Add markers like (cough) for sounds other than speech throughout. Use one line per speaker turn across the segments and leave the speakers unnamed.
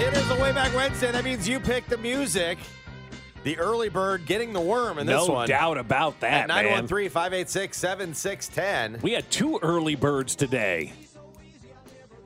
It is the Way Back Wednesday. That means you pick the music. The early bird getting the worm in this
no
one.
doubt about that,
At
man.
913 586 7610.
We had two early birds today.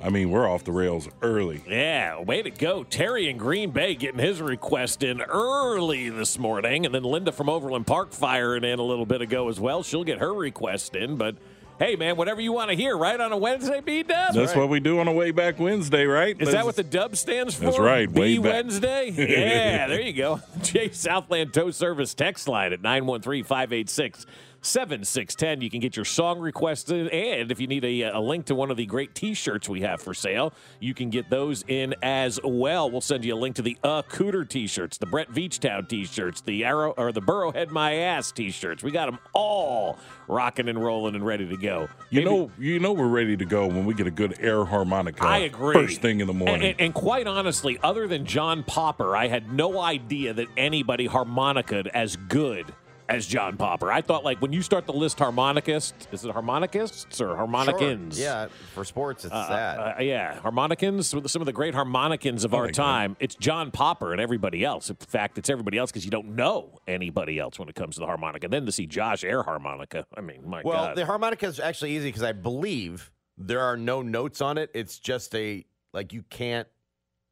I mean, we're off the rails early.
Yeah, way to go. Terry in Green Bay getting his request in early this morning. And then Linda from Overland Park firing in a little bit ago as well. She'll get her request in. But hey, man, whatever you want to hear, right? On a Wednesday, B Dub?
That's what we do on a way back Wednesday, right?
Is that what the dub stands for?
That's right, way
B
back. (laughs)
Wednesday? Yeah, there you go. (laughs) Jay Southland Tow Service text line at 913 586 7610. You can get your song requested. And if you need a, a link to one of the great t shirts we have for sale, you can get those in as well. We'll send you a link to the Uh Cooter t shirts, the Brett Veachtown t shirts, the Arrow or the Burrowhead My Ass t shirts. We got them all rocking and rolling and ready to go.
You
Maybe-
know, you know, we're ready to go when we get a good air harmonica.
I agree.
First thing in the morning.
And, and- and quite honestly, other than John Popper, I had no idea that anybody harmonicaed as good as John Popper. I thought, like, when you start to list harmonicists, is it harmonicists or harmonicans?
Sure. Yeah, for sports, it's
Uh,
that.
uh, yeah, harmonicans, some of the- some of the great harmonicans of our
Oh my God.
time. It's John Popper and everybody else. In fact, it's everybody else because you don't know anybody else when it comes to the harmonica. And then to see Josh air harmonica, I mean, my
well,
God.
the harmonica is actually easy because I believe there are no notes on it. It's just a, like, you can't.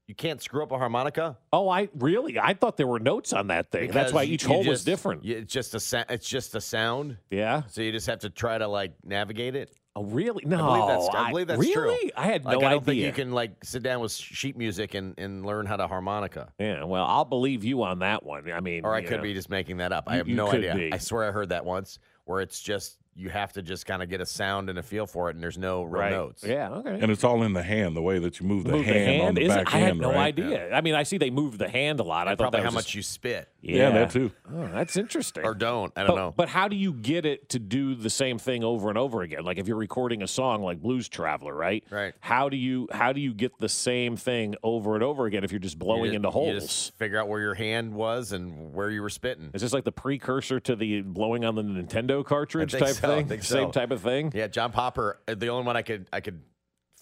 You can't screw up a harmonica.
oh, I really, I thought there were notes on that thing. That's
because
why
you-
each
you
hole was
just-
different.
you- It's just a sa- it's just a sound,
yeah.
so you just have to try to like navigate it.
Oh, really? No,
believe that's- I believe that's
really?
true.
Oh, I had no
like, I don't
idea.
think you can like sit down with sheet music and, and learn how to harmonica.
Yeah, well, I'll believe you on that one. I mean,
Or I
you
could
know.
be just making that up. I
You-
have
you
no
could
idea.
be.
I swear I heard that once where it's just you have to just kind of get a sound and a feel for it, and there's no real
right.
notes.
Yeah, okay.
And it's all in the hand, the way that you move the,
Move
hand, on the
is it?
back
I had
end,
no
right?
idea. I mean, I see they move the hand a lot. I
And
thought
probably
that
how
was
much
just-
you spit
Yeah, that too.
Oh, that's interesting.
or don't. I
but,
don't know.
but how do you get it to do the same thing over and over again? Like if you're recording a song like Blues Traveler, right?
Right.
How do you how do you get the same thing over and over again if you're just blowing
You ju-
into holes?
You just figure out where your hand was and where you were spitting.
Is this like the precursor to the blowing on the Nintendo cartridge
think
type
so, I
thing?
think
Same
so.
type of thing.
Yeah, John Popper, uh, the only one I could I could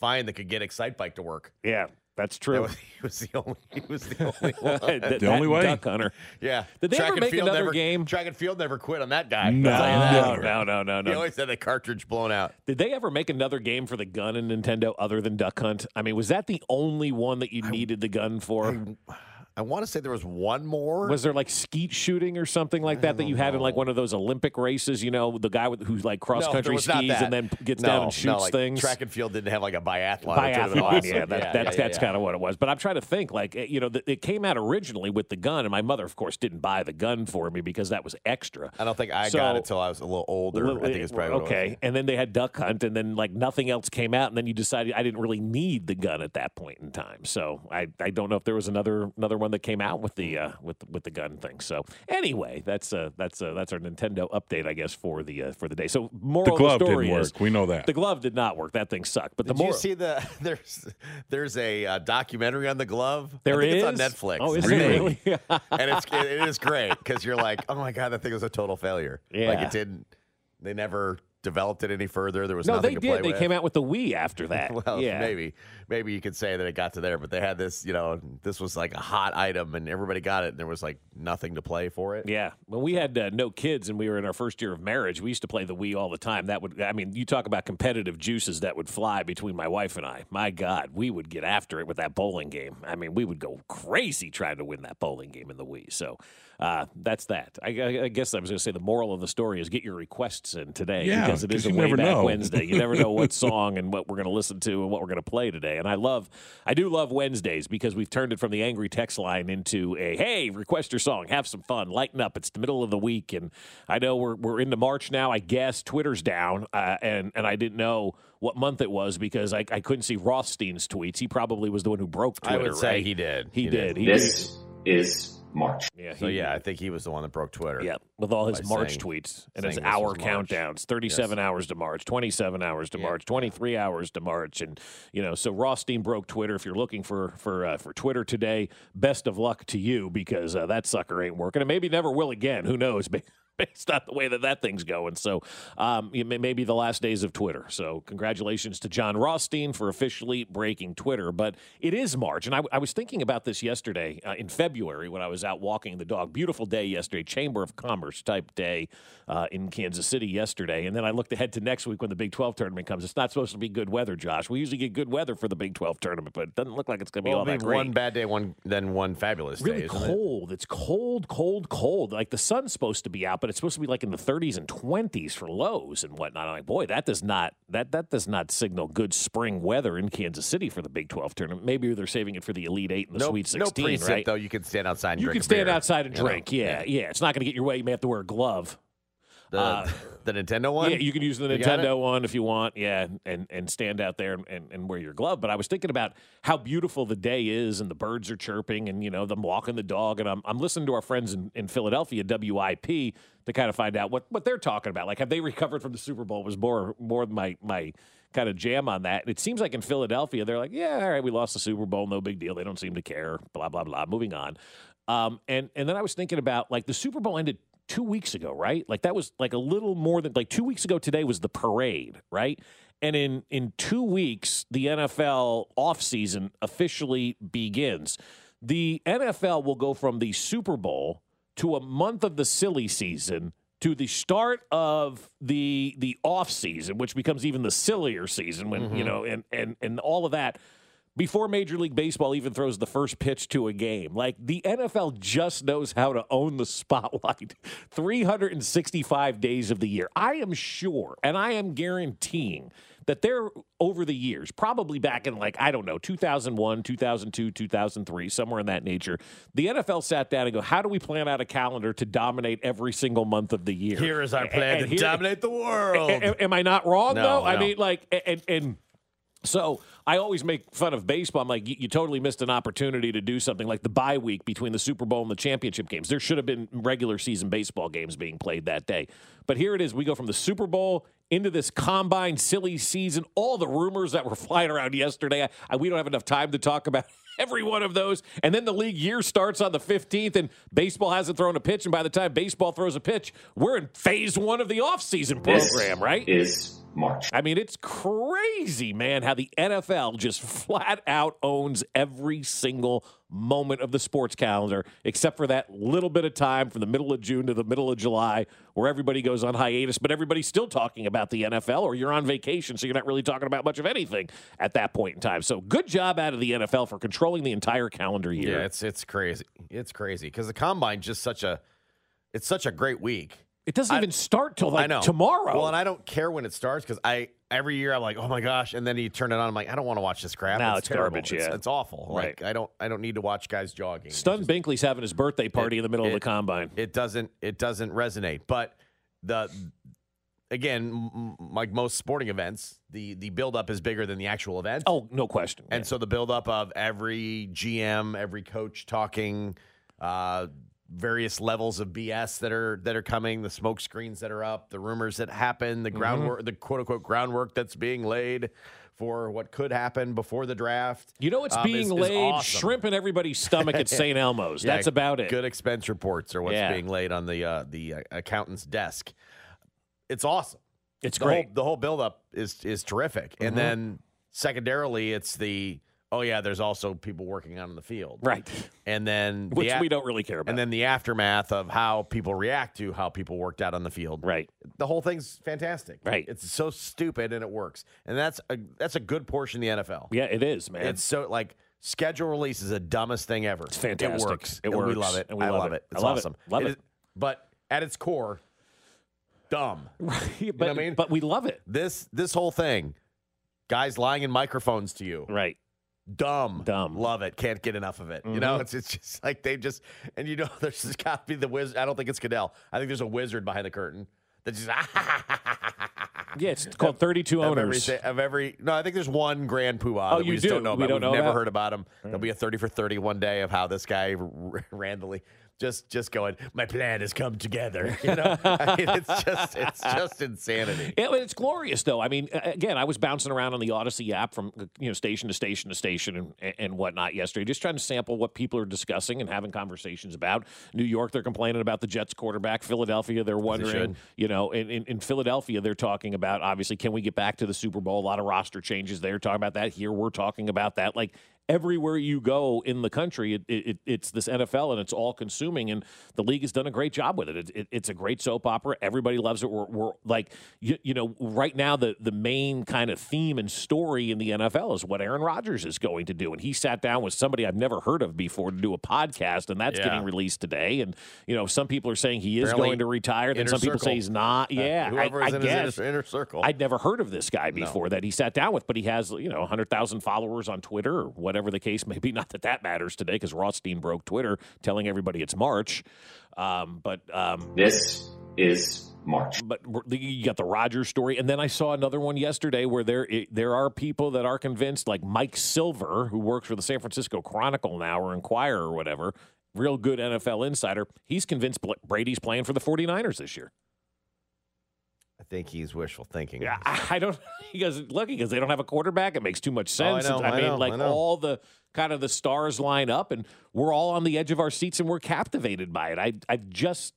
find that could get Excite Bike to work.
Yeah, that's
That
true.
was, (laughs) he was the only. He was the
(laughs)
only one. (laughs)
That-
The
that
only way.
duck hunter.
Yeah.
Did they
Track
ever
and
make
field
another
never-
game?
Track and field never quit on that guy.
No.
I'll tell you that.
No,
never.
no, no, no,
He
no.
always had the cartridge blown out.
Did they ever make another game for the gun in Nintendo other than Duck Hunt? I mean, was that the only one that you needed the gun for?
I want to say there was one more.
Was there like skeet shooting or something like that that you had in like one of those Olympic races? You know, the guy with, who like cross
No, there
country
was not
skis
that.
and then gets
No,
down and shoots
no, like,
things.
Track and field didn't have like a biathlon. which would've been
Biathlon,
awesome.
yeah, that, that's that's kind of what it was. But I'm trying to think, like eh, you know, th- it came out originally with the gun, and my mother, of course, didn't buy the gun for me because that was extra.
I don't think I
So-
got it till I was a little older.
Little-
I think it's probably what it was.
okay. And then they had Duck Hunt, and then like nothing else came out, and then you decided I didn't really need the gun at that point in time. So I, I don't know if there was another another one one that came out with the uh, with with the gun thing. So anyway, that's uh, that's uh, that's our Nintendo update, I guess, for the uh, for the day. So moral
The
of
glove
the story
didn't
is
work. We know that.
the glove did not work. That thing sucked. But
Did
the more
you see the (laughs) there's there's a uh, documentary on the glove? I
there
think
is
it's on Netflix.
Oh, is
I
it
think.
really?
(laughs) and it's it, it is great because you're like, oh my god, that thing was a total failure. like
Yeah.
it didn't. They never developed it any further. There was
no,
nothing
they
to play
did. They
with. (laughs)
came out with the Wii after that.
Well,
yeah.
maybe maybe you could say that it got to there, but they had this. You know, this was like a hot item, and everybody got it, and there was like nothing to play for it.
Yeah, when we had uh, no kids and we were in our first year of marriage, we used to play the Wii all the time. That would, I mean, you talk about competitive juices that would fly between my wife and I. My God, we would get after it with that bowling game. I mean, we would go crazy trying to win that bowling game in the Wii. So uh, that's that. I, I- I guess I was going to say the moral of the story is get your requests in today
Yeah,
because it is
'cause
a
you
way
never
back
know.
Wednesday. You never know
(laughs)
what song and what we're going to listen to and what we're going to play today. And I love, I do love Wednesdays because we've turned it from the angry text line into a hey, request your song, have some fun, lighten up. It's the middle of the week, and I know we're we're into March now. I guess Twitter's down, uh, and and I didn't know what month it was because I, I couldn't see Rothstein's tweets. He probably was the one who broke
I
Twitter.
would say
right?
he did.
He, did. He
This is March.
did. Yeah.
So
he-
yeah, I think he was the one that broke Twitter.
Yeah, with all his
by
March
saying-
tweets and his
saying this
hour
was March.
countdowns 37 hours to March, 27 hours to March, 23 hours to March. And, you know, so Rothstein broke Twitter. If you're looking for for uh, for Twitter today, best of luck to you because uh, that sucker ain't working. And maybe never will again. Who knows? (laughs) Based on the way that that thing's going. So um, you may- maybe the last days of Twitter. So congratulations to John Rothstein for officially breaking Twitter. But it is March. And I, I was thinking about this yesterday uh, in February when I was out walking the dog. Beautiful day yesterday, Chamber of Commerce type day uh, in Kansas City yesterday. And then I looked ahead to next week when the Big 12 tournament comes. It's not supposed to be good weather, Josh. We usually get good weather for the Big 12 tournament, but it doesn't look like it's going to be
Well,
all
I mean,
that great
one bad day, one then one fabulous
really
day. isn't it?
cold. It's cold, cold, cold. Like the sun's supposed to be out, but it's supposed to be like in the 30s and 20s for lows and whatnot. I'm like, boy, that does not that that does not signal good spring weather in Kansas City for the Big 12 tournament. Maybe they're saving it for the Elite Eight and the
No,
Sweet
no
16,
precip
right?
though. You can stand outside. and
You
drink
can
a
stand
beer,
outside and
you know?
drink. yeah, yeah, It's not going to get your way. You may have to wear a glove.
The,
Uh,
the Nintendo one.
Yeah, you can use the
You got it?
Nintendo one if you want. Yeah, and and stand out there and, and wear your glove. But I was thinking about how beautiful the day is, and the birds are chirping, and you know them walking the dog, and I'm I'm listening to our friends in, in Philadelphia, WIP, to kind of find out what what they're talking about. Like, have they recovered from the Super Bowl? Was more more my my kind of jam on that. And it seems like in Philadelphia, they're like, yeah, all right, we lost the Super Bowl, no big deal. They don't seem to care. Blah blah blah. Moving on. Um, and and then I was thinking about like the Super Bowl ended two weeks ago, right? Like that was like a little more than like two weeks ago today was the parade, right? And in in two weeks, the NFL offseason officially begins. The NFL will go from the Super Bowl to a month of the silly season to the start of the the off season, which becomes even the sillier season when you know and and and all of that before Major League Baseball even throws the first pitch to a game. Like the NFL just knows how to own the spotlight (laughs) 365 days of the year. I am sure and I am guaranteeing that they're over the years, probably back in like, I don't know, 2001, 2002, 2003, somewhere in that nature, the NFL sat down and go, how do we plan out a calendar to dominate every single month of the year?
Here is our plan
And
to
here-
dominate the
(laughs)
world.
a- a- am I not wrong
No,
though? I
no.
mean, like, a- and and so I always make fun of baseball. I'm like, you, you totally missed an opportunity to do something like the bye week between the Super Bowl and the championship games. There should have been regular season baseball games being played that day. But here it is. We go from the Super Bowl into this combine silly season. All the rumors that were (laughs) flying around yesterday. I, I, we don't have enough time to talk about. (laughs) Every one of those. And then the league year starts on the 15th, and baseball hasn't thrown a pitch. And by the time baseball throws a pitch, we're in phase one of the offseason
This
program, right?
is March.
I mean, it's crazy, man, how the NFL just flat out owns every single moment of the sports calendar, except for that little bit of time from the middle of June to the middle of July where everybody goes on hiatus, but everybody's still talking about the NFL, or you're on vacation, so you're not really talking about much of anything at that point in time. So, good job out of the NFL for controlling the entire calendar year.
Yeah, it's it's crazy. It's crazy because the combine just such a it's such a great week.
it doesn't
I- Oh,
even start till like
I know
tomorrow.
Well, and I don't care when it starts because I every year I'm like, oh my gosh, and then you turn it on, I'm like, I don't want to watch this crap.
No,
it's,
it's
terrible.
garbage,
It's,
yeah.
it's awful. Like I don't I don't need to watch guys jogging.
Stun Binkley's having his birthday party
It-
in the middle of
it-
the combine.
It doesn't it doesn't resonate. But the again, m- m- like most sporting events, the the buildup is bigger than the actual event.
Oh, no question.
And so the buildup of every GM, every coach talking, uh, various levels of BS that are that are coming, the smoke screens that are up, the rumors that happen, the
Mm-hmm.
groundwork, the quote unquote groundwork that's being laid for what could happen before the draft.
you know what's
um,
being
is- is
laid?
awesome.
Shrimp in everybody's stomach
(laughs)
at St. Elmo's.
Yeah,
That's about it.
Good expense reports are what's
Yeah.
being laid on the uh, the uh, accountant's desk. It's awesome.
It's
the
great. Mm-hmm.
Whole, the whole buildup is is terrific, and then secondarily, it's the oh yeah, there's also people working out on the field,
right. (laughs)
And then the
Which
a-
we don't really care about.
And then the aftermath of how people react to how people worked out on the field,
right.
the whole thing's fantastic.
Right.
It's so stupid and it works. And that's a that's a good portion of the NFL.
Yeah, it is, man. (laughs)
It's so like schedule release is the dumbest thing ever. It's It
fantastic.
works.
It
And We
works.
love it.
And we
I
love
love
it.
it.
I
It's
love it.
awesome.
Love it.
is- but at its core, dumb.
but,
what I mean?
but we love it.
This this whole thing, guys lying in microphones to you,
Right.
dumb,
Dumb. Mm-hmm.
Love it. Can't get enough of it. You know, it's it's just like they just and you know (laughs) there's just got to be the wizard. I don't think it's Goodell. I think there's a wizard behind the curtain that just. (laughs) ah,
Yeah, it's called 32
of every,
owners.
si- of every no, I think there's one grand poobah
Oh,
that we
you
just
do.
not know
We
about.
don't
We've
know
never
about?
heard about him. There'll be a thirty for thirty one day of how this guy r- randomly just just going, my plan has come together. (laughs) You know, I mean, it's just it's just insanity.
Yeah, but it's glorious though. I mean, a- again, I was bouncing around on the Odyssey app from uh, you know station to station to station and, and whatnot yesterday, just trying to sample what people are discussing and having conversations about. New York, they're complaining about the Jets quarterback. Philadelphia, they're wondering,
should.
you know, in, in, in Philadelphia, they're talking about obviously can we get back to the Super Bowl? A lot of roster changes. They're talking about that. Here, we're talking about that. Like everywhere you go in the country, it, it, it- it's this NFL and it's all consuming. And the league has done a great job with it. It, it- it's a great soap opera. Everybody loves it. We're, we're like, you, you know, right now the the main kind of theme and story in the NFL is what Aaron Rodgers is going to do. And he sat down with somebody I've never heard of before to do a podcast, and that's
Yeah.
getting released today. And you know, some people are saying he is
Apparently
going to retire. Then
inner
some people
circle. Uh,
say he's not. (laughs) Yeah, I,
Whoever
I
is in
guess.
his inner, inner circle.
I'd never heard of this guy before that he sat down with, but he has, you know, 100,000 followers on Twitter or whatever the case may be. (laughs) Not that that matters today because Rothstein broke Twitter telling everybody it's March. Um, but um,
This is March.
but we're- you got the Rogers story, and then I saw another one yesterday where there it, there are people that are convinced, like Mike Silver, who works for the San Francisco Chronicle now or Inquirer or whatever, real good NFL insider. He's convinced Bla- Brady's playing for the 49ers this year.
I think he's wishful thinking.
Yeah, I, I don't. (laughs) He goes, look, because they don't have a quarterback. It makes too much
Oh, I
sense.
know, I
mean,
know, I
like
know.
all the kind of the stars line up, and we're all on the edge of our seats, and we're captivated by it. I, I just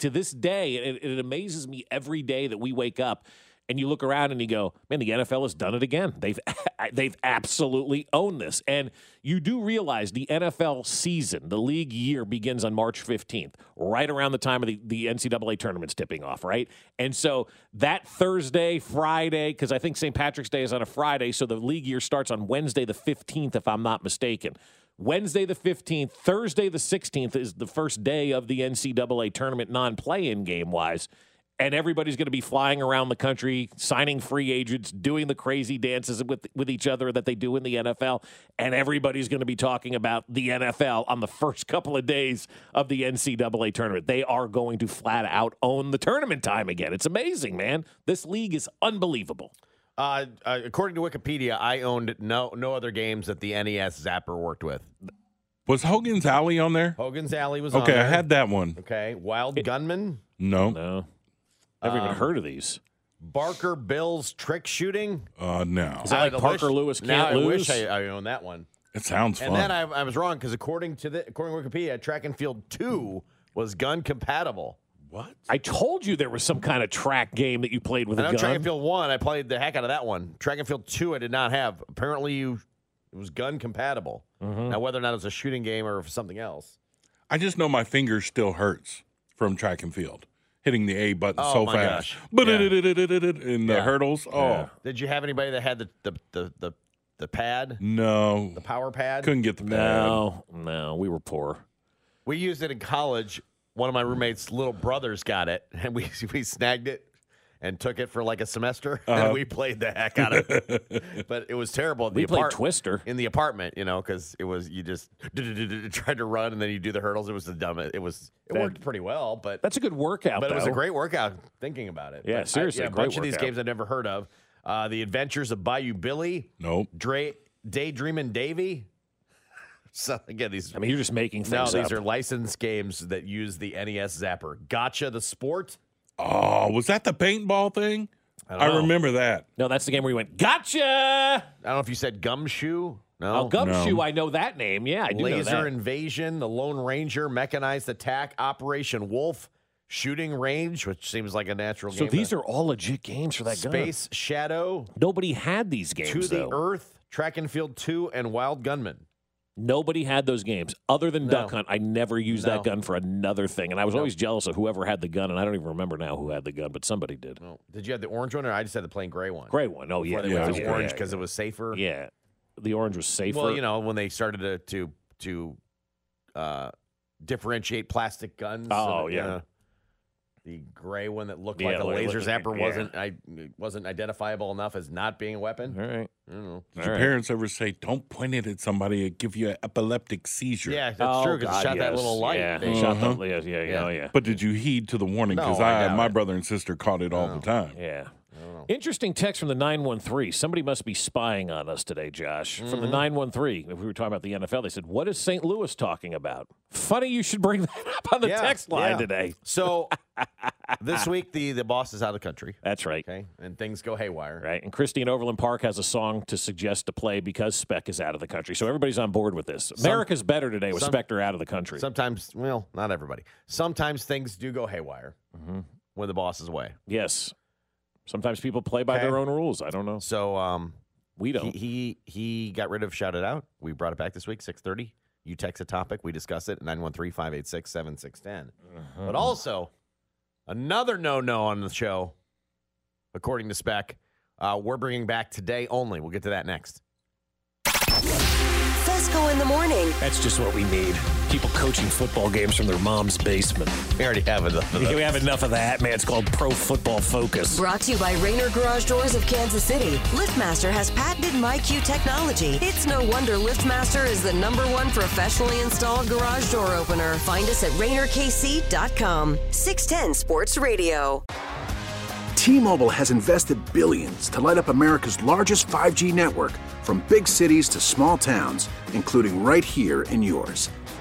to this day, it, it amazes me every day that we wake up. And you look around and you go, man, the NFL has done it again. They've (laughs) they've absolutely owned this. And you do realize the NFL season, the league year begins on March 15th, right around the time of the, the NCAA tournament's tipping off, right? And so that Thursday, Friday, because I think St. Patrick's Day is on a Friday, so the league year starts on Wednesday the 15th, if I'm not mistaken. Wednesday the 15th, Thursday the 16th is the first day of the NCAA tournament non play in game wise. And everybody's going to be flying around the country, signing free agents, doing the crazy dances with, with each other that they do in the NFL. And everybody's going to be talking about the NFL on the first couple of days of the NCAA tournament. They are going to flat out own the tournament time again. It's amazing, man. This league is unbelievable.
Uh, uh, according to Wikipedia, I owned no no other games that the NES Zapper worked with.
Was Hogan's Alley on there?
Hogan's Alley was on
Okay, I
there.
had that one.
Okay, Wild Gunman,
No,
No. Never even heard of these.
Barker Bill's trick shooting.
uh, no.
Is that like
I
Parker
wish-
Lewis
now
can't
I
lose?
wish I, I owned that one.
It sounds
And
fun.
then I, I was wrong because according to the according to Wikipedia, track and field two was gun compatible.
what?
I told you there was some kind of track game that you played with
I
a
know
gun.
track and field one. I played the heck out of that one. Track and field two, I did not have. Apparently, you it was gun compatible.
Mm-hmm.
Now, whether or not it was a shooting game or something else.
I just know my finger still hurts from track and field, hitting the A button
Oh,
so
my
fast.
gosh.
But in the
Yeah.
hurdles. Oh
Did you have anybody that had the the the the, the pad,
no,
the power pad?
couldn't get the pad.
no, no, we were poor.
We (laughs) used it in college. One of my roommates' little brothers got it, and we we snagged it, and took it for like a semester, (laughs) and we played the heck out of
(laughs)
it. but it was terrible. at
Uh-huh. We
the
played Twister.
in the apartment, you know, because it was you just (laughs) tried to run and then you do the hurdles. It was the dumbest. It was it
That-
worked pretty well, but
That's a good workout,
but it was a
though.
great workout thinking about it.
Yeah,
But I-
seriously,
yeah, a
great
bunch of these
workout.
games I've never heard of. Uh, the Adventures of Bayou Billy,
Nope.
Dre, Daydreaming Davy. (laughs) So again, these
I mean, you're just making
no,
things
these
up.
are licensed games that use the NES Zapper. Gotcha, the sport.
Oh, was that the paintball thing?
I, don't
I
know.
remember that.
no, that's the game where you went, gotcha.
I don't know if you said gumshoe. No.
Oh, Gumshoe,
no.
I know that name. Yeah, I do know that.
Laser Invasion, The Lone Ranger, Mechanized Attack, Operation Wolf, Shooting Range, which seems like a natural
so
game. Uh,
these are all legit games for that gun.
Space Shadow,
Nobody had these games,
To the
though.
Earth, Track and Field 2, and Wild Gunman.
Nobody had those games other than Duck
No.
Hunt. I never used
No.
that gun for another thing, and I was always jealous of whoever had the gun, and I don't even remember now who had the gun, but somebody did.
Oh, did you have the orange one, or I just had the plain gray one?
Gray one. Oh yeah,
Whether
yeah,
it was
yeah,
orange
yeah,
because it was safer.
yeah. The orange was safer.
Well, you know, when they started to to, to uh, differentiate plastic guns. so
Oh,
that,
yeah.
uh, the gray one that looked
Yeah,
like a
like-
laser
like-
zapper
yeah.
wasn't I wasn't identifiable enough as not being a weapon.
all right.
I don't know.
Did your parents ever say, don't point it at somebody, it'd give you an epileptic seizure?
Yeah, that's
oh,
true because
God,
it shot that
yes.
little light.
Yeah, Mm-hmm.
thing.
shot that. Yeah, yeah, yeah.
Yeah.
Oh, yeah.
But did you heed to the warning? Because
No, I
I,
doubt
my
it.
brother and sister caught it all the time.
Yeah. Interesting text from the 913. Somebody must be spying on us today, Josh. From the 913, if we were talking about the NFL, they said, What is St. Louis talking about? Funny you should bring (laughs) that up on the
Yeah,
text line
yeah.
today. (laughs)
So this week the the boss is out of the country.
That's right.
Okay, and things go haywire.
Right. And Christine Overland Park has a song to suggest to play because Speck is out of the country. So everybody's on board with this. America's better today with
some-
Spectre out of the country.
Sometimes, well, not everybody. Sometimes things do go haywire
Mm-hmm.
when the boss is away.
yes. Sometimes people play by their own rules. I don't know.
So um,
We
he,
don't.
he he got rid of shout it out. We brought it back this week, six thirty. You text a topic, we discuss it. 913-586-7610. But also another no no on the show, according to spec. Uh, we're bringing back today only. We'll get to that next.
Fesco in the morning.
That's just what we need. People coaching football games from their mom's basement.
We already have enough of
We have enough of that, man. It's called Pro Football Focus.
Brought to you by Rainer Garage Doors of Kansas City. LiftMaster has patented MyQ technology. It's no wonder LiftMaster is the number one professionally installed garage door opener. Find us at RainerKC.com. 610 Sports Radio.
T-Mobile has invested billions to light up America's largest 5G network from big cities to small towns, including right here in yours.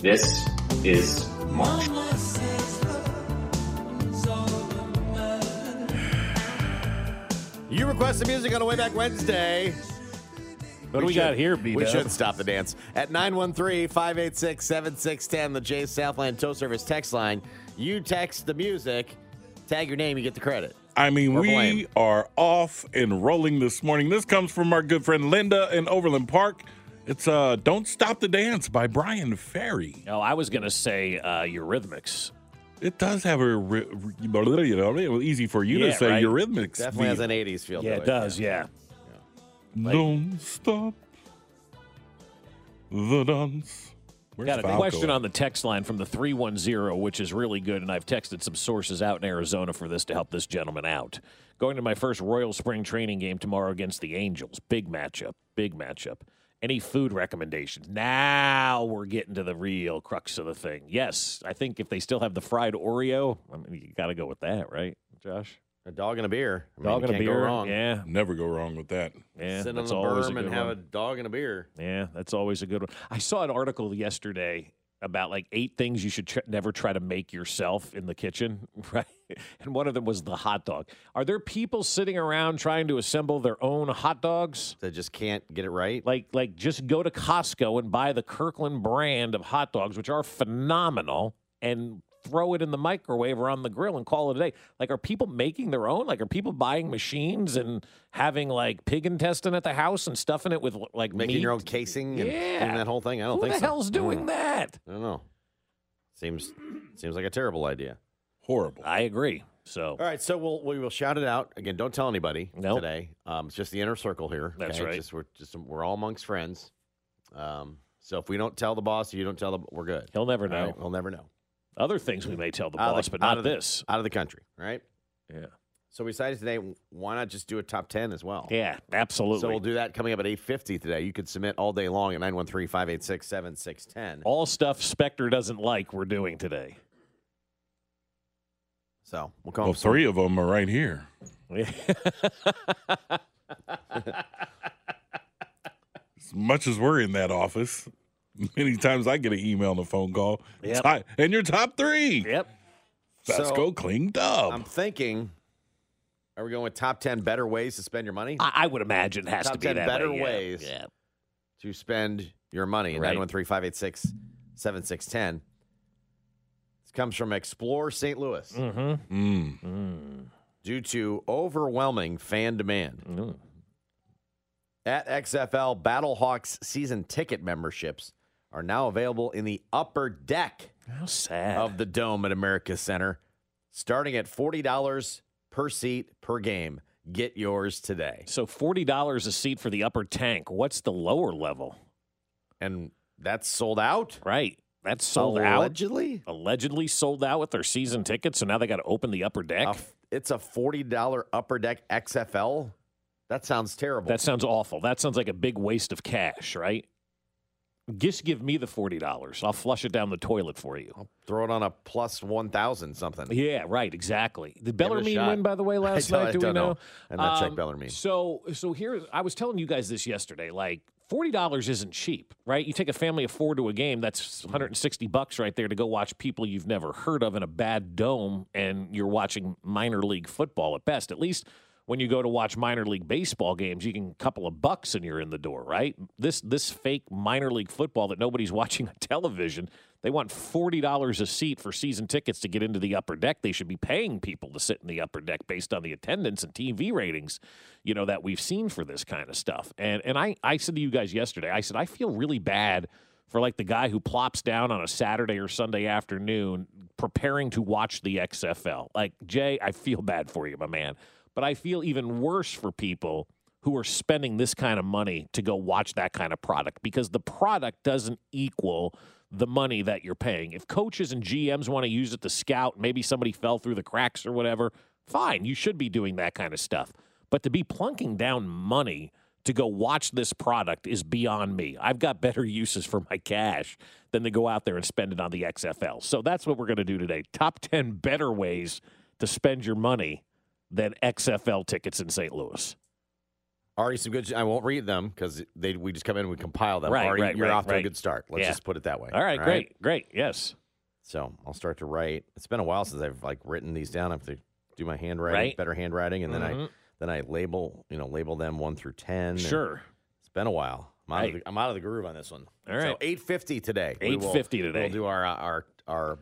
This is March.
You requested music on the way back Wednesday.
What do we got
should-
here, B?
We should stop the dance. At 913-586-7610, the Jay Southland Tow Service text line, you text the music, tag your name, you get the credit.
I mean,
Or
we
blame.
are off and rolling this morning. This comes from our good friend Linda in Overland Park. It's uh, Don't Stop the Dance by Brian Ferry.
No, Oh, I was going to say uh, Eurythmics.
It does have a ri- ri- easy for you
Yeah,
to say
right.
Eurythmics.
Definitely has an 80s feel
Yeah,
to it.
it does. Yeah.
Don't stop the dance. Where's
Got a
Falco
question
at?
on the text line from the 310, which is really good, and I've texted some sources out in Arizona for this to help this gentleman out. Going to my first Royal Spring training game tomorrow against the Angels. Big matchup. Big matchup. Any food recommendations? Now we're getting to the real crux of the thing. Yes, I think if they still have the fried Oreo, I mean, you got to go with that, right, Josh?
A dog and a beer. I mean,
Dog
you
and a
can't go
beer.
wrong.
Yeah.
Never go wrong with that.
Yeah.
Sit on
that's
the
always a
berm and
good
have
one.
a dog and a beer.
Yeah, that's always a good one. I saw an article yesterday about like eight things you should tr- never try to make yourself in the kitchen, (laughs) right? And one of them was the hot dog. Are there people sitting around trying to assemble their own hot dogs?
That just can't get it right.
Like like just go to Costco and buy the Kirkland brand of hot dogs which are phenomenal and throw it in the microwave or on the grill and call it a day. Like are people making their own? Like are people buying machines and having like pig intestine at the house and stuffing it with like
Making
meat?
your own casing and,
Yeah.
and that whole thing. I don't
Who
think
the
so.
hell's doing that?
I don't know. Seems seems like a terrible idea.
Horrible.
I agree. So
All right, so we'll we will shout it out again. Don't tell anybody
Nope.
today. Um, it's just the inner circle here.
That's right.
Just, we're just we're all amongst friends. Um, so if we don't tell the boss, you don't tell the we're good.
he'll never
All
know.
right, we'll never know.
Other things we may tell the
Out of
boss,
the-
but
out
not
of the-
this.
Out of the country, right?
Yeah.
So we decided today, why not just do a top ten as well?
Yeah, absolutely.
So we'll do that coming up at 8.50 today. You could submit all day long at 913-586-7610.
All stuff Spectre doesn't like we're doing
(laughs)
today.
So we'll come
Well,
up with some-
three of them are right here.
Yeah.
As much as we're in that office, (laughs) many times I get an email and a phone call.
Yep.
"Ty- And your top three.
yep.
Let's
So-
go clean dub.
I'm thinking, are we going with top 10 better ways to spend your money?
I, I would imagine it has
Top
to be
10
that
better
way. Yeah.
ways.
Yeah.
to spend your money.
Right.
913-586-7610. This comes from Explore St. Louis.
Mm-hmm.
Mm.
Due to overwhelming fan demand.
Mm.
At XFL, Battlehawks season ticket memberships are now available in the upper deck.
How sad.
of the dome at America Center, starting at forty dollars per seat per game. Get yours today,
so forty dollars a seat for the upper tank. What's the lower level?
and that's sold out.
Right. That's sold out.
allegedly.
Allegedly sold out with their season tickets, so now they got to open the upper deck.
A f- it's a forty dollar upper deck XFL. That sounds terrible.
That sounds awful. That sounds like a big waste of cash, right? Just give me the forty dollars. I'll flush it down the toilet for you.
throw it on a plus one thousand something.
Yeah, right. Exactly. Did
it a
Bellarmine
shot.
win, by the way,
(laughs) I
last
don't-
night?
I
Do we
don't
know?
know. I'm not check
Um,
Bellarmine.
So, so here's I was telling you guys this yesterday. Like forty dollars isn't cheap, right? You take a family of four to a game. That's one hundred and sixty bucks right there to go watch people you've never heard of in a bad dome, and you're watching minor league football at best. At least when you go to watch minor league baseball games, you can couple of bucks and you're in the door, right? This this fake minor league football that nobody's (laughs) watching on television. They want forty dollars a seat for season tickets to get into the upper deck. They should be paying people to sit in the upper deck based on the attendance and TV ratings, you know, that we've seen for this kind of stuff. And and I I said to you guys yesterday, I said I feel really bad for like the guy who plops down on a Saturday or Sunday afternoon preparing to watch the XFL. Like Jay, I feel bad for you, my man. But I feel even worse for people who are spending this kind of money to go watch that kind of product because the product doesn't equal the money that you're paying. If coaches and GMs want to use it to scout, maybe somebody fell through the cracks or whatever, fine, you should be doing that kind of stuff. But to be plunking down money to go watch this product is beyond me. I've got better (laughs) uses for my cash than to go out there and spend it on the XFL. So that's what we're going to do today. Top 10 better ways to spend your money than XFL tickets in St. Louis.
Already some good. I won't read them because they we just come in and we compile them.
Right,
Ari,
right,
you're
right,
off to
right.
a good start. Let's
Yeah.
just put it that way.
All right, great, great. Yes.
So I'll start to write. It's been a while since I've like written these down. I have to do my handwriting,
Right.
better handwriting, and then I
Mhm.
then I label, you know, label them one through ten. and
Sure.
it's been a while. I'm out, of
Right.
the, I'm out of the groove on this one.
All
So
right.
eight fifty today. We will-
8:50 today.
We'll do our uh, our our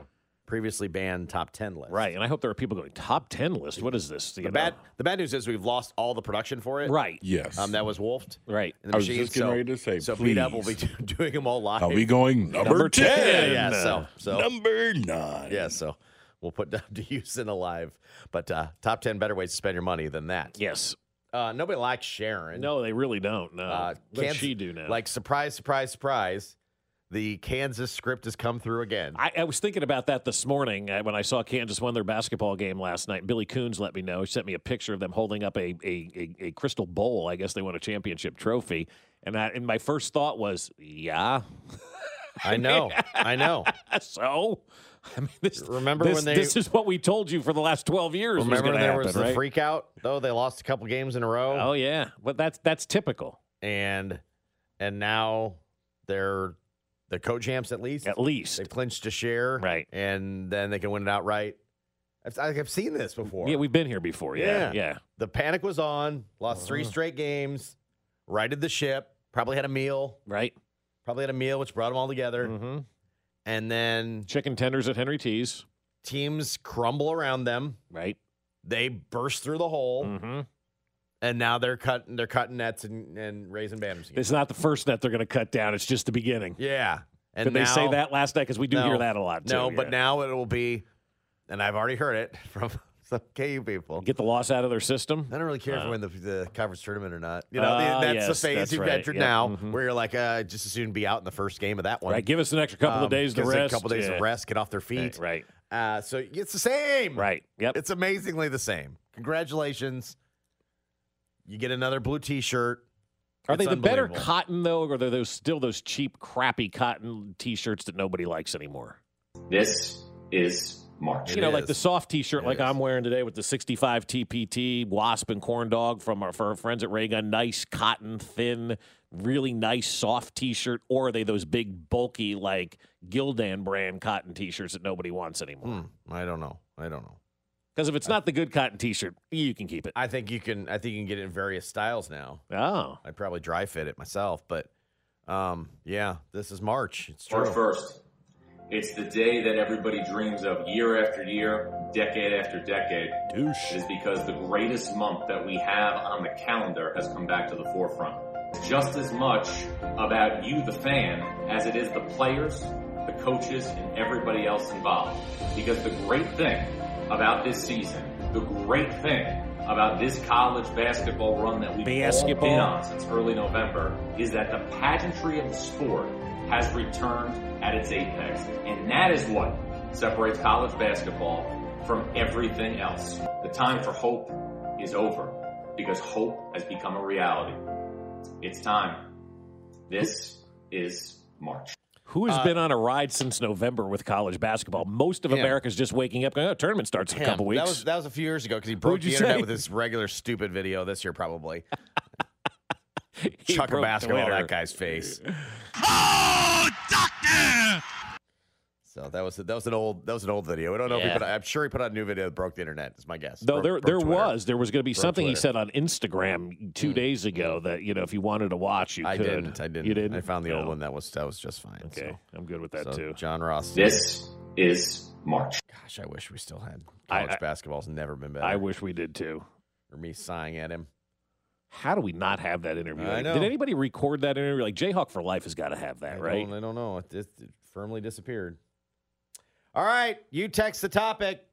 previously banned top ten list.
Right. And I hope there are people going, top 10 list. What is this? You
The
know?
bad the bad news is we've lost all the production for it.
Right.
Yes.
Um, that was wolfed.
Right.
in the
I was
machine,
just getting
so-
ready to say,
So P Dub will be
please.
(laughs) doing them all live.
Are we going number,
Number
10?
10.
Yeah. So so
Number nine.
Yeah, so we'll put (laughs) down to use in a live. But uh, top 10 better ways to spend your money than that.
Yes.
Uh, nobody likes Sharon.
No, they really don't. No.
Uh,
what does
Kansas-
she do now?
Like, surprise, surprise, surprise. the Kansas script has come through
(laughs)
again.
I, I was thinking about that this morning uh, when I saw Kansas won their basketball game last night. Billy Coons let me know. He sent me a picture of them holding up a a, a, a crystal bowl. I guess they won a championship trophy. And I, and my first thought was, yeah.
I know.
(laughs)
I know.
so, I mean, this
Remember
this,
when they-
this is what we told you for the last twelve years. was gonna
Remember when there
happen,
was
right?
the freak out though? They lost a couple games in a row.
Oh yeah, but that's that's typical.
and and now they're they're co-champs at least.
At least,
They've clinched a share,
Right.
And then they can win it outright. I've, I've seen this before.
yeah, we've been here before. Yeah, yeah.
Yeah.
yeah.
the panic was on. Lost
Uh-huh.
three straight games. Righted the ship. Probably had a meal.
Right.
Probably had a meal, which brought them all together.
Mm-hmm.
And then
Chicken tenders at Henry T's.
teams crumble around them.
Right.
They burst through the hole,
Mm-hmm.
and now they're cutting they're cutting nets and, and raising banners. Again.
It's not the first net they're going to cut down. It's just the beginning.
Yeah. And
Did they say
now-
that last night? Because we do
No.
hear that a lot. Too.
No, but
yeah.
now it will be, and I've already heard it (laughs) from some KU people.
get the loss out of their system.
I don't really care if
Uh.
we win the, the conference tournament or not. You know,
Ah,
that's
yes,
the phase
that's
you've
right.
entered
Yep.
now,
Mhm.
where you're like, uh, just as soon be out in the first game of that one.
Right, give us an extra couple
Um,
of days to
gives them
rest.
A couple days
yeah.
of rest, get off their feet.
Right,
Uh, so it's the same.
right. Yep.
It's amazingly the same. Congratulations. You get another blue T-shirt.
Are they
It's
the better
unbelievable.
cotton though, or are there those still those cheap, crappy cotton T-shirts that nobody likes anymore?
This is March.
you know,
It
like
is.
the soft T-shirt,
It
like
is.
I'm wearing today with the 65 TPT Wasp and Corn Dog from our, for our friends at Raygun. Nice cotton, thin, really nice soft T-shirt, or are they those big bulky like Gildan brand cotton T-shirts that nobody wants anymore?
Hmm, I don't know. I don't know.
Because if it's not the good cotton T-shirt, you can keep it.
I think you can. I think you can get it in various styles now.
Oh,
I probably dry fit it myself, but um, yeah, this is March. It's true.
March 1st. It's the day that everybody dreams of year after year, decade after decade. It
douche.
is because the greatest month that we have on the calendar has come back to the forefront. It's just as much about you, the fan, as it is the players, the coaches, and everybody else involved. Because the great thing about this season, the great thing about this college basketball run that we've all
Basketball.
been on since early November is that the pageantry of the sport has returned at its apex. And that is what separates college basketball from everything else. The time for hope is over because hope has become a reality. It's time. This is March.
Who
Uh,
has been on a ride since November with college basketball? Most of
Him.
America's just waking up. Going, oh, tournament starts in a
Him.
couple weeks.
That was that was a few years ago because he broke
Who'd you
the internet
say?
with his regular stupid video this year, probably.
(laughs) (laughs) He
Chuck a
broke Oh,
basketball at
Twitter.
that
(laughs)
guy's face. Oh, doctor! So that was that was an old that was an old video. I don't know if he
Yeah.
put. I'm sure he put out a new video that broke the internet. Is my guess.
Though
Broke-
there
broke
there
Twitter.
was there was going to be something he
Twitter.
said
Hmm.
on Instagram two days ago that you know if you wanted to watch you
I
could.
didn't. I didn't.
You didn't.
I found the old
No.
one that was that was just fine.
Okay, I'm good with
So,
that
so
too.
John Ross.
This is March.
Gosh, I wish we still had
I-
college
I-
basketball's never been better.
I wish we did too.
or me sighing at him.
How do we not have that interview?
I know.
Did anybody record that interview? Like Jayhawk for Life has got to have that,
I
right?
Don't, I don't know. It, it, it firmly disappeared. All right, you text the topic.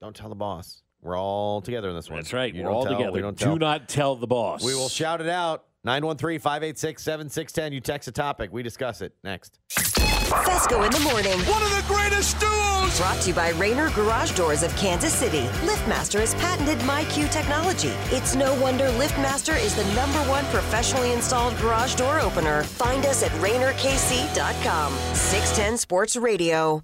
Don't tell the boss. We're all together in this one.
That's right.
You
We're
don't
all
tell,
together.
We don't
do
tell.
not tell the boss.
We will shout it out. 913-586-7610. You text a topic. We discuss it next.
Fesco in the morning.
One of the greatest duos
Brought to you by Rainer Garage Doors of Kansas City. LiftMaster has patented MyQ technology. It's no wonder LiftMaster is the number one professionally installed garage door opener. Find us at RainerKC.com. 610 Sports Radio.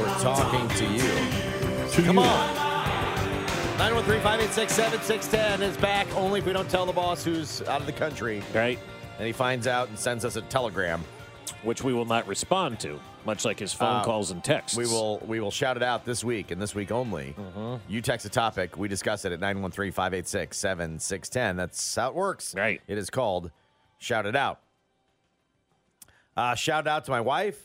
We're talking to you.
To
Come
you.
on. 913-586-7610 is back only if we don't tell the boss who's out of the country.
right,
And he finds out and sends us a telegram.
which we will not respond to, much like his phone
Uh,
calls and texts.
We will we will shout it out this week and this week only. You text a topic, we discuss it at 913-586-7610. That's how it works.
Right.
It is called Shout It Out. Uh, shout out to my wife.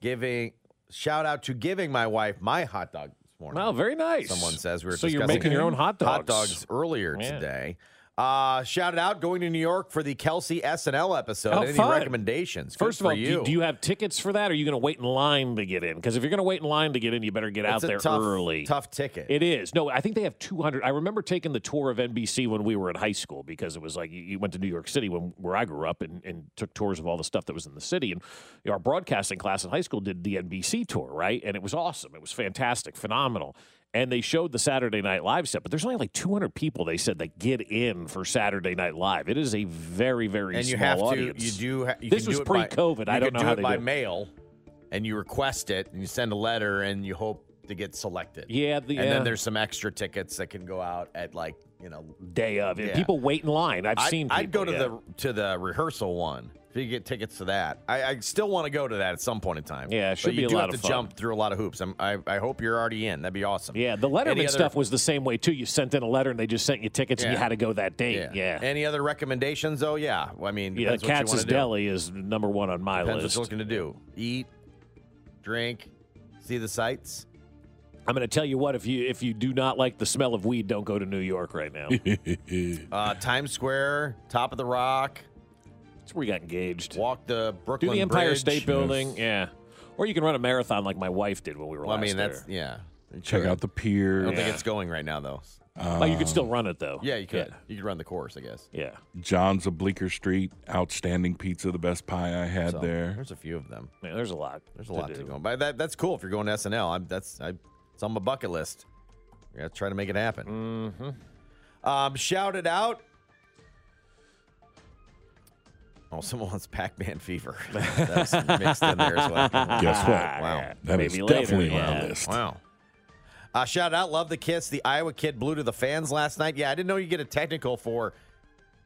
Giving shout out to giving my wife my hot dog this morning.
Wow, very nice.
Someone says we were
so you're
discussing
making your own hot dogs.
Hot dogs earlier
Yeah.
today. Uh, shout it out going to New York for the Kelsey SNL episode.
Oh,
Any
fun.
recommendations? Good
First of
for
all, do-
you.
Do, you have tickets for that? Or are you going to wait in line to get in? Because if you're going to wait in line to get in, you better get
It's
out
a
there
tough-
early.
Tough ticket.
It is. No, I think they have 200. I remember taking the tour of NBC when we were in high school because it was like you- you went to New York City when where I grew up and, and took tours of all the stuff that was in the city. And you know, our broadcasting class in high school did the NBC tour, right? And it was awesome. It was fantastic, phenomenal. And they showed the Saturday Night Live set, but there's only like 200 people they said that get in for Saturday Night Live. It is a very, very
and you
small
have
audience.
to. You do. Ha- you
this
can
was
do it by-
pre-COVID. I
you
don't
can
know
do
how
it
they
by
do it.
mail, and you request it, and you send a letter, and you hope to get selected.
Yeah, the- uh,
and
yeah.
then there's some extra tickets that can go out at like you know
day of. And
Yeah.
People wait in line. I've
I'd-
seen.
I'd go to
people, yeah.
the to the rehearsal one. If you get tickets to that, I, I still want to go to that at some point in time.
Yeah, it
But
should
you
be a
do
lot
have
of
to
fun.
jump through a lot of hoops. I'm, I I hope you're already in. That'd be awesome.
Yeah, the Letterman
Any other-
stuff was the same way too. You sent in a letter and they just sent you tickets and you
Yeah.
had to go that day. Yeah, yeah.
Any other recommendations though? Yeah. Well, I mean, depends what you
Katz's
wanna do.
Deli is number one on my
Depends what
list.
you're looking to do. Eat, drink, see the sights.
I'm going to tell you what if you if you do not like the smell of weed, don't go to New York right
(laughs)
now. That's
Uh, Times Square, top of the rock.
where we got engaged.
Walk the
do
Brooklyn.
the Empire
Bridge.
State Building. Yeah, or you can run a marathon like my wife did when we were
Well, I
last
mean,
there.
that's yeah.
(laughs) Check out the
I
pier.
don't think
Yeah.
it's going right now though.
Well, you could still run it though.
Yeah, you could. You could run the course, I guess.
Yeah.
John's of Bleecker Street, outstanding pizza, the best pie I had
So,
there.
There's a few of them.
Man, there's a lot.
There's a lot to
do.
go on. But that, that's cool if you're going to SNL. I'm, that's I, it's on my bucket list. I gotta try to make it happen. Mm-hmm.
Mm-hmm.
Um, shout it out. Oh, (laughs) someone wants Pac-Man fever. (laughs) That's mixed in there as
(laughs)
well.
Guess what?
Wow.
That is
Maybe later,
definitely
yeah.
on our list.
Wow. Uh, shout out, love the kiss. The Iowa kid blew to the fans last night. Yeah, I didn't know you get a technical for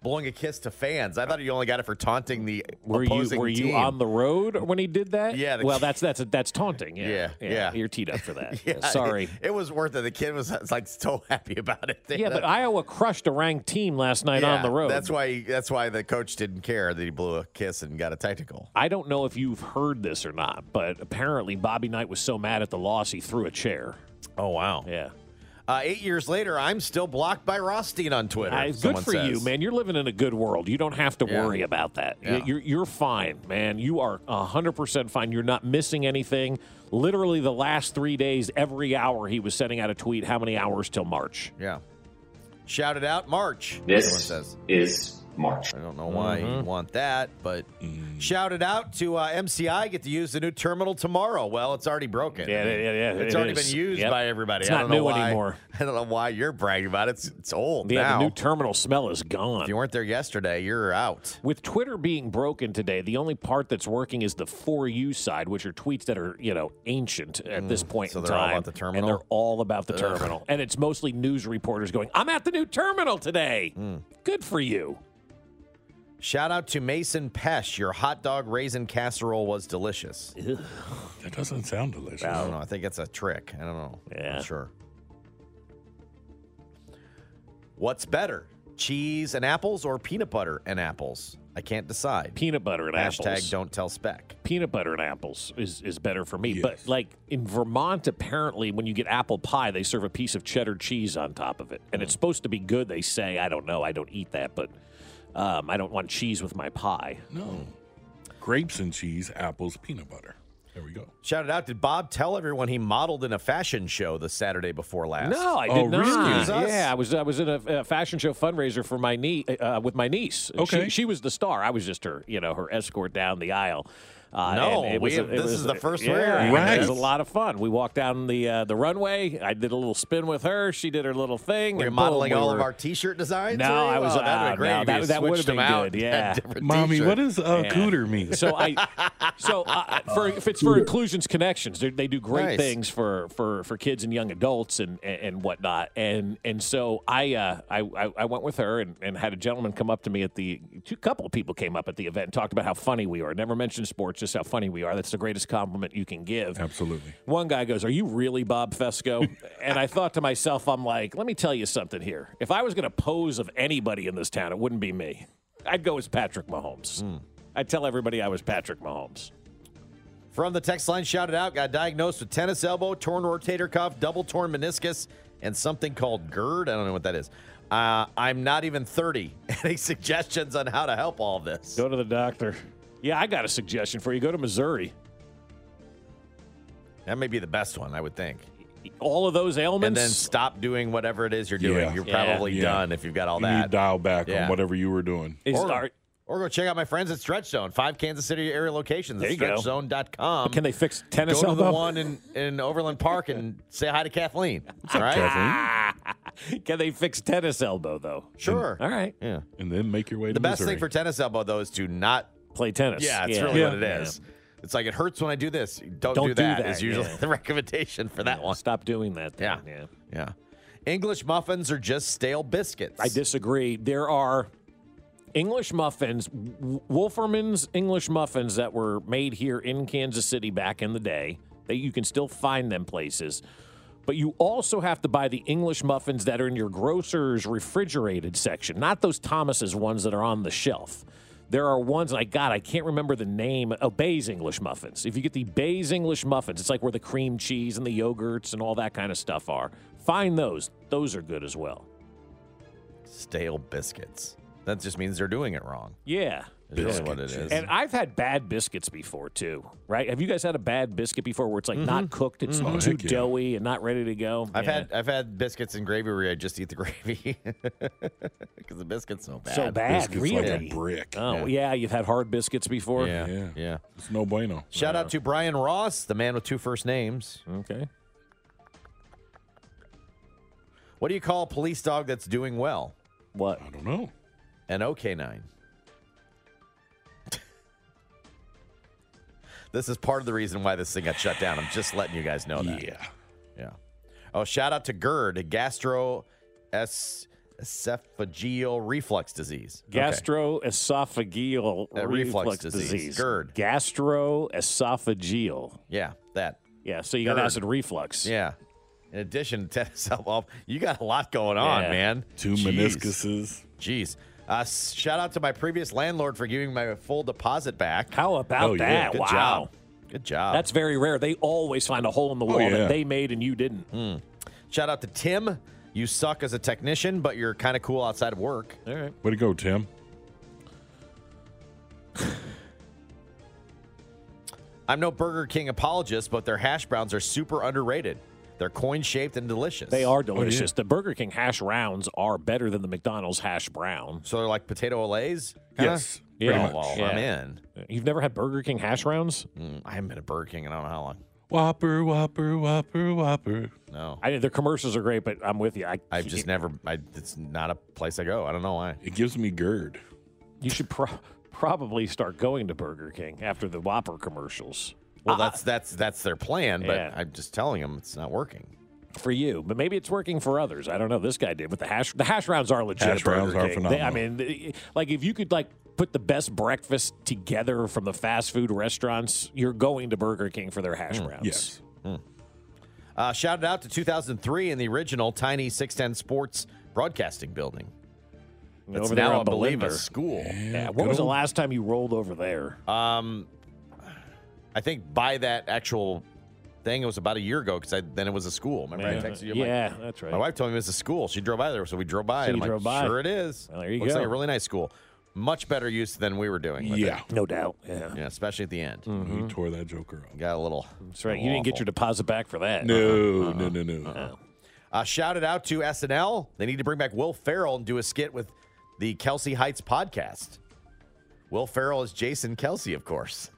blowing a kiss to fans. I thought you only got it for taunting the
Were you
opposing
were you
team.
on the road when he did that?
Yeah, the-
well, that's that's that's taunting. Yeah.
Yeah, yeah.
You're teed up for that.
(laughs) Yeah,
Sorry.
It, it was worth it. The kid was, was, like so (laughs) happy about it.
Yeah,
(laughs)
but Iowa crushed a ranked team last night on
Yeah,
the road.
That's why. That's why the coach didn't care that he blew a kiss and got a technical.
I don't know if you've heard this or not, but apparently Bobby Knight was so mad at the loss he threw a chair.
Oh wow!
Yeah,
Uh, eight years later, I'm still blocked by Rothstein on Twitter.
I- good
someone
for you,
says.
man. You're living in a good world. You don't have to
Yeah.
worry about that. Y-
Yeah.
You're you're fine, man. You are hundred percent fine. You're not missing anything. Literally, the last three days, every hour he was sending out a tweet. How many hours till March?
Yeah. Shout it out, March. someone
This
says.
is March.
I don't know why
Mm-hmm.
you want that, but
Mm.
shout it out to uh, MCI. Get to use the new terminal tomorrow. Well, it's already broken.
Yeah,
I mean,
yeah, yeah,
It's
it
already
is.
been used
Yep.
by everybody.
It's
I
not
don't know
new
why-
anymore.
(laughs) I don't know why you're bragging about it. It's, it's old
Yeah,
now.
the new terminal smell is gone.
if you weren't there yesterday, you're out.
With Twitter being broken today, the only part that's working is the for you side, which are tweets that are, you know, ancient at this point
Mm, so
in
they're all
time.
about the terminal?
And they're all about the terminal. And it's mostly news reporters going, I'm at the new terminal today.
Mm.
Good for you.
Shout out to Mason Pesh. Your hot dog raisin casserole was delicious.
That doesn't sound delicious.
I don't know. I think it's a trick. I don't know.
Yeah.
Not sure. What's better, cheese and apples or peanut butter and apples? I can't decide.
Peanut butter and
Hashtag
apples.
don't tell spec.
Peanut butter and apples is, is better for me. But
Yes.
like in Vermont, apparently when you get apple pie, they serve a piece of cheddar cheese on top of it. And
Mm.
it's supposed to be good, they say. I don't know. I don't eat that, but um, I don't want cheese with my pie.
No. Grapes and cheese, apples, peanut butter. There we go.
Shout it out. Did Bob tell everyone he modeled in a fashion show the Saturday before last?
No, I did
Oh,
not.
really? Excuse
us?
Yeah, I was I was in a, a fashion show fundraiser for my nie- uh, with my niece. She-
Okay.
she, was the star. I was just her, you know, her escort down the aisle. Uh,
No,
and it
we
was,
have-
it
this
was-
is the first
yeah,
we're
and
hearing
It was
this.
a lot of fun. We walked down the uh, the runway. I did a little spin with her. She did her little thing.
We're
and
modeling
boom, we
all of
were-
our T-shirt designs.
No,
today?
I was-
Oh, that'd
uh,
been great.
no,
if
that-
you
that would've
switched them
been
out
good,
and had
yeah.
different
Mommy,
t-shirts.
what does uh, cooter mean?
So I, so uh, for if it's for inclusions connections, they they do great
Nice.
things for for for kids and young adults and and, and whatnot. And and so I uh, I I- I went with her and, and had a gentleman come up to me at the two couple of people came up at the event and talked about how funny we are. Never mentioned sports, just how funny we are. That's the greatest compliment you can give.
Absolutely.
One guy goes, "Are you really Bob
(laughs)
Fesco?" and I thought to myself, "I'm like, let me tell you something here. If I was going to pose of anybody in this town, it wouldn't be me. I'd go as Patrick Mahomes.
Hmm.
I'd tell everybody I was Patrick Mahomes.
From the text line, shouted out, got diagnosed with tennis elbow, torn rotator cuff, double torn meniscus, and something called GERD. I don't know what that is. Uh, I'm not even 30. (laughs) Any suggestions on how to help all this?
Go to the doctor. Yeah, I got a suggestion for you. Go to Missouri.
That may be the best one, I would think.
All of those ailments.
And then stop doing whatever it is you're doing.
Yeah.
You're
Yeah.
probably
Yeah.
done if you've got all
You
that.
need to dial back
Yeah.
on whatever you were doing.
Is-
or,
are-
or go check out my friends at Stretch Zone, five Kansas City area locations at
There you go.
stretchzone.com.
Can they fix
go
tennis
to
elbow?
the one in, in Overland Park and say hi to Kathleen? All right?
(laughs) Can they fix tennis elbow though?
Sure.
All right,
Yeah.
And then make your way to
The best thing for
Missouri.
tennis elbow, though, is to not.
play tennis.
Yeah, it's really what it
Yeah.
is. It's like it hurts when I do this. Don't,
Don't
do
do
that.
that,
Is usually
yeah.
(laughs) the recommendation for that one.
Stop doing that.
Yeah.
then, yeah.
Yeah. English muffins are just stale biscuits.
I disagree. There are English muffins, W- Wolferman's English muffins that were made here in Kansas City back in the day. That you can still find them places. But you also have to buy the English muffins that are in your grocer's refrigerated section, not those Thomas's ones that are on the shelf. There are ones, and I God, I can't remember the name. Oh, Bay's English muffins. If you get the Bay's English muffins, it's like where the cream cheese and the yogurts and all that kind of stuff are. Find those; those are good as well.
Stale biscuits. That just means they're doing it wrong.
Yeah.
Is really what it is.
And I've had bad biscuits before too, right? Have you guys had a bad biscuit before where it's like not cooked, it's
Oh,
too
heck yeah.
doughy and not ready to go?
I've
Yeah.
had I've had biscuits and gravy where I just eat the (laughs) gravy because the biscuits so bad.
so bad,
Biscuits
really.
like a brick.
Oh yeah, you've had hard biscuits before.
Yeah, yeah.
Yeah. It's no bueno.
Shout out to Brian Ross, the man with two first names.
Okay.
What do you call a police dog that's doing well?
What?
I don't know.
An OK9. this is part of the reason why this thing got shut down. I'm just letting you guys know that.
Yeah.
Yeah. Oh, shout out to GERD, gastroesophageal reflux disease. Okay.
Gastroesophageal
Uh, reflux disease. GERD.
Gastroesophageal.
Yeah, that.
Yeah, so you got
GERD.
acid reflux.
Yeah. In addition to tennis (laughs) elbow, you got a lot going on,
Yeah.
man.
Two
Jeez.
meniscuses.
Jeez. Uh, s- shout out to my previous landlord for giving my full deposit back.
How about
Oh, yeah.
that?
Good
wow.
job. Good job.
That's very rare. They always find a hole in the
Oh,
wall
yeah.
that they made and you didn't.
shout out to Tim. You suck as a technician, but you're kind of cool outside of work.
All right.
Way to go, Tim.
I'm no Burger King apologist, but their hash browns are super underrated. They're coin shaped and delicious.
Mm-hmm.
They
Oh,
are delicious. The Burger King hash rounds are better than the McDonald's hash brown.
So they're like potato olays.
Yes.
Yeah.
Yeah.
Pretty
Well,
much.
I'm
Yeah.
in.
You've never had Burger King hash rounds?
Mm, I haven't been at Burger King in I don't know how long.
Whopper, whopper, whopper, whopper.
No.
I their commercials are great, but I'm with you. I,
I've just never. I, it's not a place I go. I don't know why.
It gives me GERD.
you should pro- probably start going to Burger King after the Whopper commercials
Well, that's that's that's their plan, but
Yeah.
I'm just telling them it's not working.
for you. But maybe it's working for others. I don't know. This guy did, but the hash the hash rounds are legit.
Hash
at Burger
rounds are
King. They- I
phenomenal.
mean, they- like if you could like put the best breakfast together from the fast food restaurants, you're going to Burger King for their hash rounds.
Yes.
Uh, shouted out to 2003 in the original tiny 610 Sports Broadcasting Building. That's
Over there
now, I
on
believe, a
Belinda.
school.
Yeah, when
good
was the
old-
last time you rolled over there?
Um, I think by that actual thing, it was about a year ago because then it was a school. Remember, I texted you. I'm like,
yeah, that's right.
My wife told me it was a school. She drove by there, so we drove by.
So
and
you
I'm
drove
like,
by.
Sure, it is.
Well, there you
Looks like
go.
a really nice school. Much better use than we were doing. with it.
Yeah.
No doubt. Yeah.
Yeah, especially at the end.
You tore that joker up.
Got a little.
Mm. That's right. You didn't get your deposit back for that.
No, no, no, no.
Uh, shouted out to SNL. They need to bring back Will Farrell and do a skit with the Kelsey Heights podcast. Will Farrell is Jason Kelsey, of course.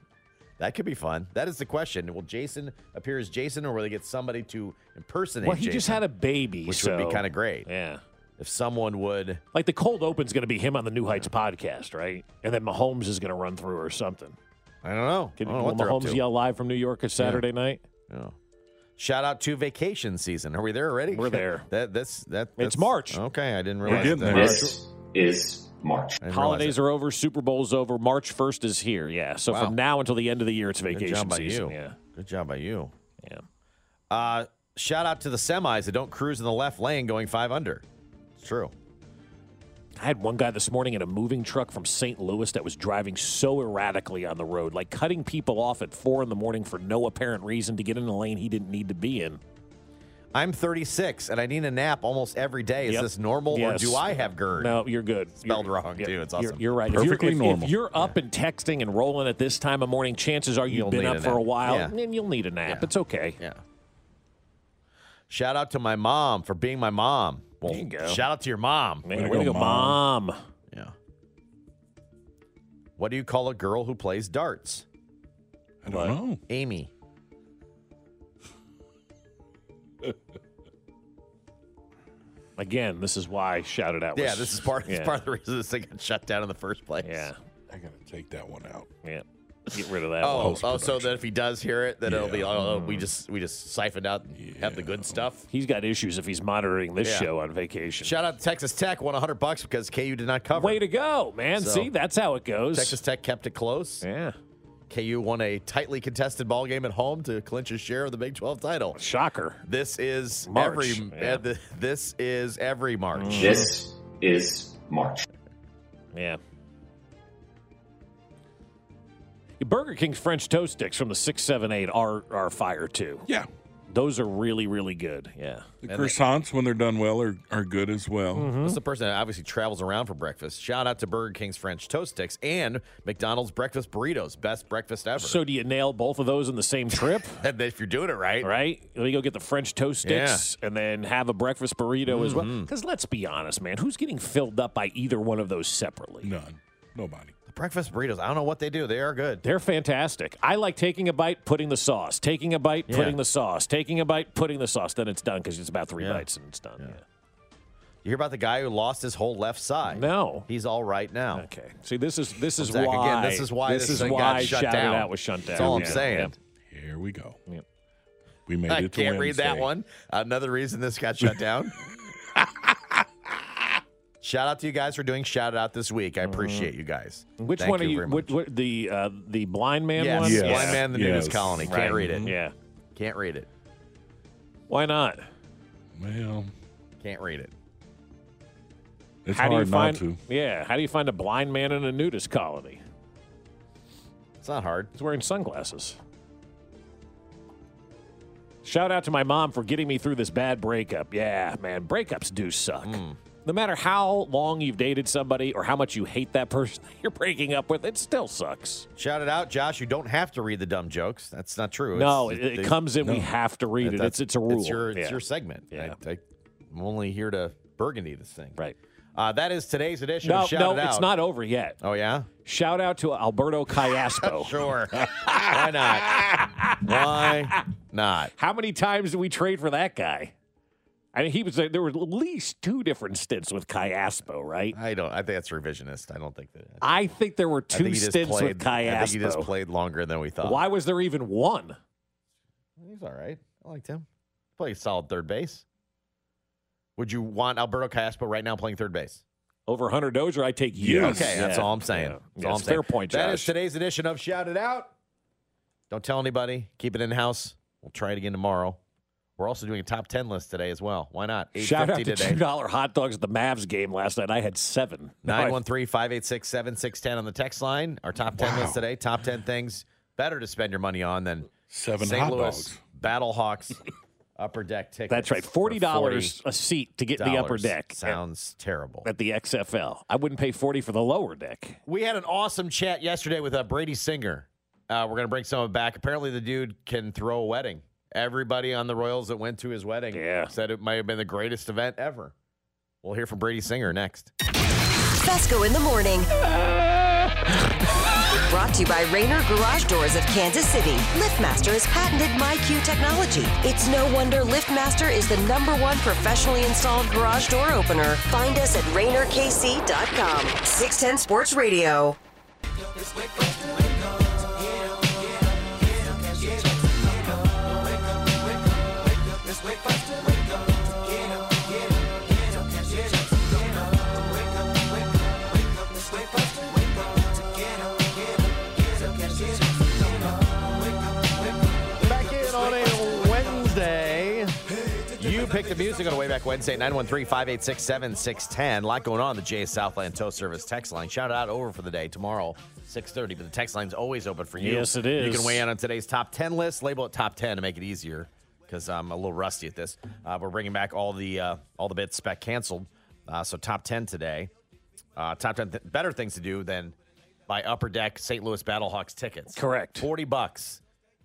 That could be fun. That is the question. Will Jason appear as Jason, or will they get somebody to impersonate?
Well, he just had a baby,
which would be
so-
kind of great
Yeah.
if someone would.
Like the cold open's going to be him on the New Heights podcast, right? And then Mahomes is going to run through or something.
I don't know.
Can
I don't know what they're up
Mahomes
to.
yell live from New York at Saturday night?
No. Shout out to vacation season. Are we there already?
We're there.
(laughs) that this that that's-
March.
Okay, I didn't realize
getting
that.
there.
This is March.
I didn't realize
Holidays
it.
are over. Super Bowl's over. March 1st is here. Yeah. So
Wow.
from now until the end of the year, it's
Good job
vacation
by
season.
you.
Yeah.
Good job by you.
Yeah.
Uh, shout out to the semis that don't cruise in the left lane going five under. It's true.
I had one guy this morning in a moving truck from St. Louis that was driving so erratically on the road, like cutting people off at four in the morning for no apparent reason to get in a lane he didn't need to be in.
I'm 36 and I need a nap almost every day. Is
Yep.
this normal
Yes.
or do I have GERD?
No, you're good.
Spelled
You're-
wrong,
yeah,
too. It's
you're-
awesome.
You're, right. If
Perfectly
you're, if-
normal.
If you're up and texting and rolling at this time of morning, chances are you've
You'll
been
need
up
a
for a
nap.
while.
Yeah.
Then you'll need a nap.
Yeah.
It's okay.
Yeah. Shout out to my mom for being my mom. Well,
There you go.
shout out to your mom.
Man,
Way to
way to
go,
go, mom.
Yeah. What do you call a girl who plays darts?
I don't know.
Amy.
Again, this is why I shouted out.
Yeah,
was-
this is
(laughs)
part,
yeah.
part of the reason this thing got shut down in the first place.
Yeah,
I gotta take that one out.
yeah. Get rid of that. one.
Oh, oh, so
Post-production.
that if he does hear it, then it'll be
Yeah.
oh,
Mm-hmm.
we just we just siphoned out and have the good stuff.
He's got issues if he's monitoring this
Yeah.
show on vacation.
Shout out to Texas Tech, won 100 bucks because KU did not cover.
Way to go, man.
So-
See, that's how it goes.
Texas Tech kept it close.
Yeah.
KU won a tightly contested ball game at home to clinch a share of the Big 12 title.
Shocker.
This is
March,
every
yeah. Mm-hmm.
uh, th- this is every March.
This is March.
Yeah. Burger King's French toast sticks from the 678 are are fire too.
Yeah.
Those are really really good. Yeah.
The croissants, when they're done well, are, are good as well.
Mm-hmm.
This is the person that obviously travels around for breakfast. Shout out to Burger King's French toast sticks and McDonald's breakfast burritos, best breakfast ever.
So do you nail both of those in the same trip?
And (laughs) if you're doing it right,
Right? Let me go get the French toast sticks and then have a breakfast burrito as well. Because let's be honest, man, who's getting filled up by either one of those separately?
None. Nobody.
the breakfast burritos. I don't know what they do. They are good.
They're fantastic. I like taking a bite, putting the sauce, taking a bite,
Yeah.
putting the sauce, taking a bite, putting the sauce. Then it's done because it's about three
Yeah.
bites and it's done. Yeah.
You hear about the guy who lost his whole left side?
No.
he's all right now.
Okay. See, this is this is
Zach,
why
again, this is why this,
is
thing
why
got shut
shouted
down.
out was shut down.
That's all I'm
Yeah.
saying.
Yep.
Here we go.
Yep.
We made
I
it to
can't read that
Wednesday.
one. Another reason this got
(laughs)
shut down. shout out to you guys for doing shout out this week. I appreciate you guys.
Mm-hmm. Which
Thank
one are
you?
you?
very
Which,
much.
what, the uh, the blind man
yes,
one?
Yes.
blind man, in the nudist
Yes.
colony. Can't
Right.
read it.
Yeah.
Can't read it.
Why not?
Well,
Can't read it.
it's
how do you
hard
find?
not to.
Yeah. How do you find a blind man in a nudist colony?
It's not hard.
He's wearing sunglasses. Shout out to my mom for getting me through this bad breakup. Yeah, man, breakups do suck.
Hmm.
No matter how long you've dated somebody or how much you hate that person (laughs) that you're breaking up with, it still sucks.
Shout it out, Josh. You don't have to read the dumb jokes. That's not true.
no, it,
It's-
it
they-
comes in. We
no.
have to read it.
that's-
It's it's a rule.
It's your, it's
Yeah.
your segment.
Yeah.
I, am only here to burgundy this thing.
right.
Uh, that is today's edition
No,
of Shout
no,
It Out.
it's not over yet.
Oh, yeah?
Shout out to
(laughs)
Alberto Callaspo. (laughs)
Sure. Why not? Why not?
How many times did we trade for that guy? I mean, he was there were at least two different stints with Callaspo, right?
I don't. I think that's revisionist. I don't think that.
I think there were
I
two
think he just
stints
played,
with Kai
I think he just
Aspo.
played longer than we thought.
Why was there even one?
He's all right. I liked him. Played solid third base. Would you want Alberto Caspo right now playing third base?
Over Hunter Dozier, I take you.
Yes.
Okay, that's
Yeah.
all I'm saying.
Yeah.
That's
Yeah,
all I'm
it's a fair
saying.
point, Josh.
That is today's edition of Shout It Out. Don't tell anybody. Keep it in house. We'll try it again tomorrow. We're also doing a top ten list today as well. Why not?
Shout out
8:50
to two
(laughs)
dollar hot dogs at the Mavs game last night. I had seven. Now I-
913-586-7610 on the text line. Our top 10 list today. Top 10 things better to spend your money on than
Seven
St.
hot
Louis
dogs.
Battlehawks upper deck tickets.
That's right,
for
forty dollars a seat to get in the upper
$40.
deck at-
Sounds terrible.
at the XFL. I wouldn't pay forty for the lower deck.
We had an awesome chat yesterday with uh, Brady Singer. Uh, we're going to bring someone back. Apparently, the dude can throw a wedding. Everybody on the Royals that went to his wedding
Yeah.
said it might have been the greatest event ever. We'll hear from Brady Singer next.
Fesco in the morning. Brought to you by Rainer Garage Doors of Kansas City. LiftMaster has patented MyQ technology. It's no wonder LiftMaster is the number one professionally installed garage door opener. Find us at RainerKC.com. 610 Sports Radio.
Back in on a Wednesday. You pick the music on Wayback Wednesday, 913-586-7610. A lot going on. The J Southland Tow Service text line. Shout out over for the day tomorrow, 630. But the text line's always open for you.
Yes, it is.
You can weigh in on today's top 10 list. Label it top 10 to make it easier because I'm a little rusty at this. Uh, we're bringing back all the uh, all the bits spec canceled. Uh, so top ten today. Uh, top ten th- better things to do than buy Upper Deck St. Louis Battlehawks tickets.
Correct.
Forty bucks.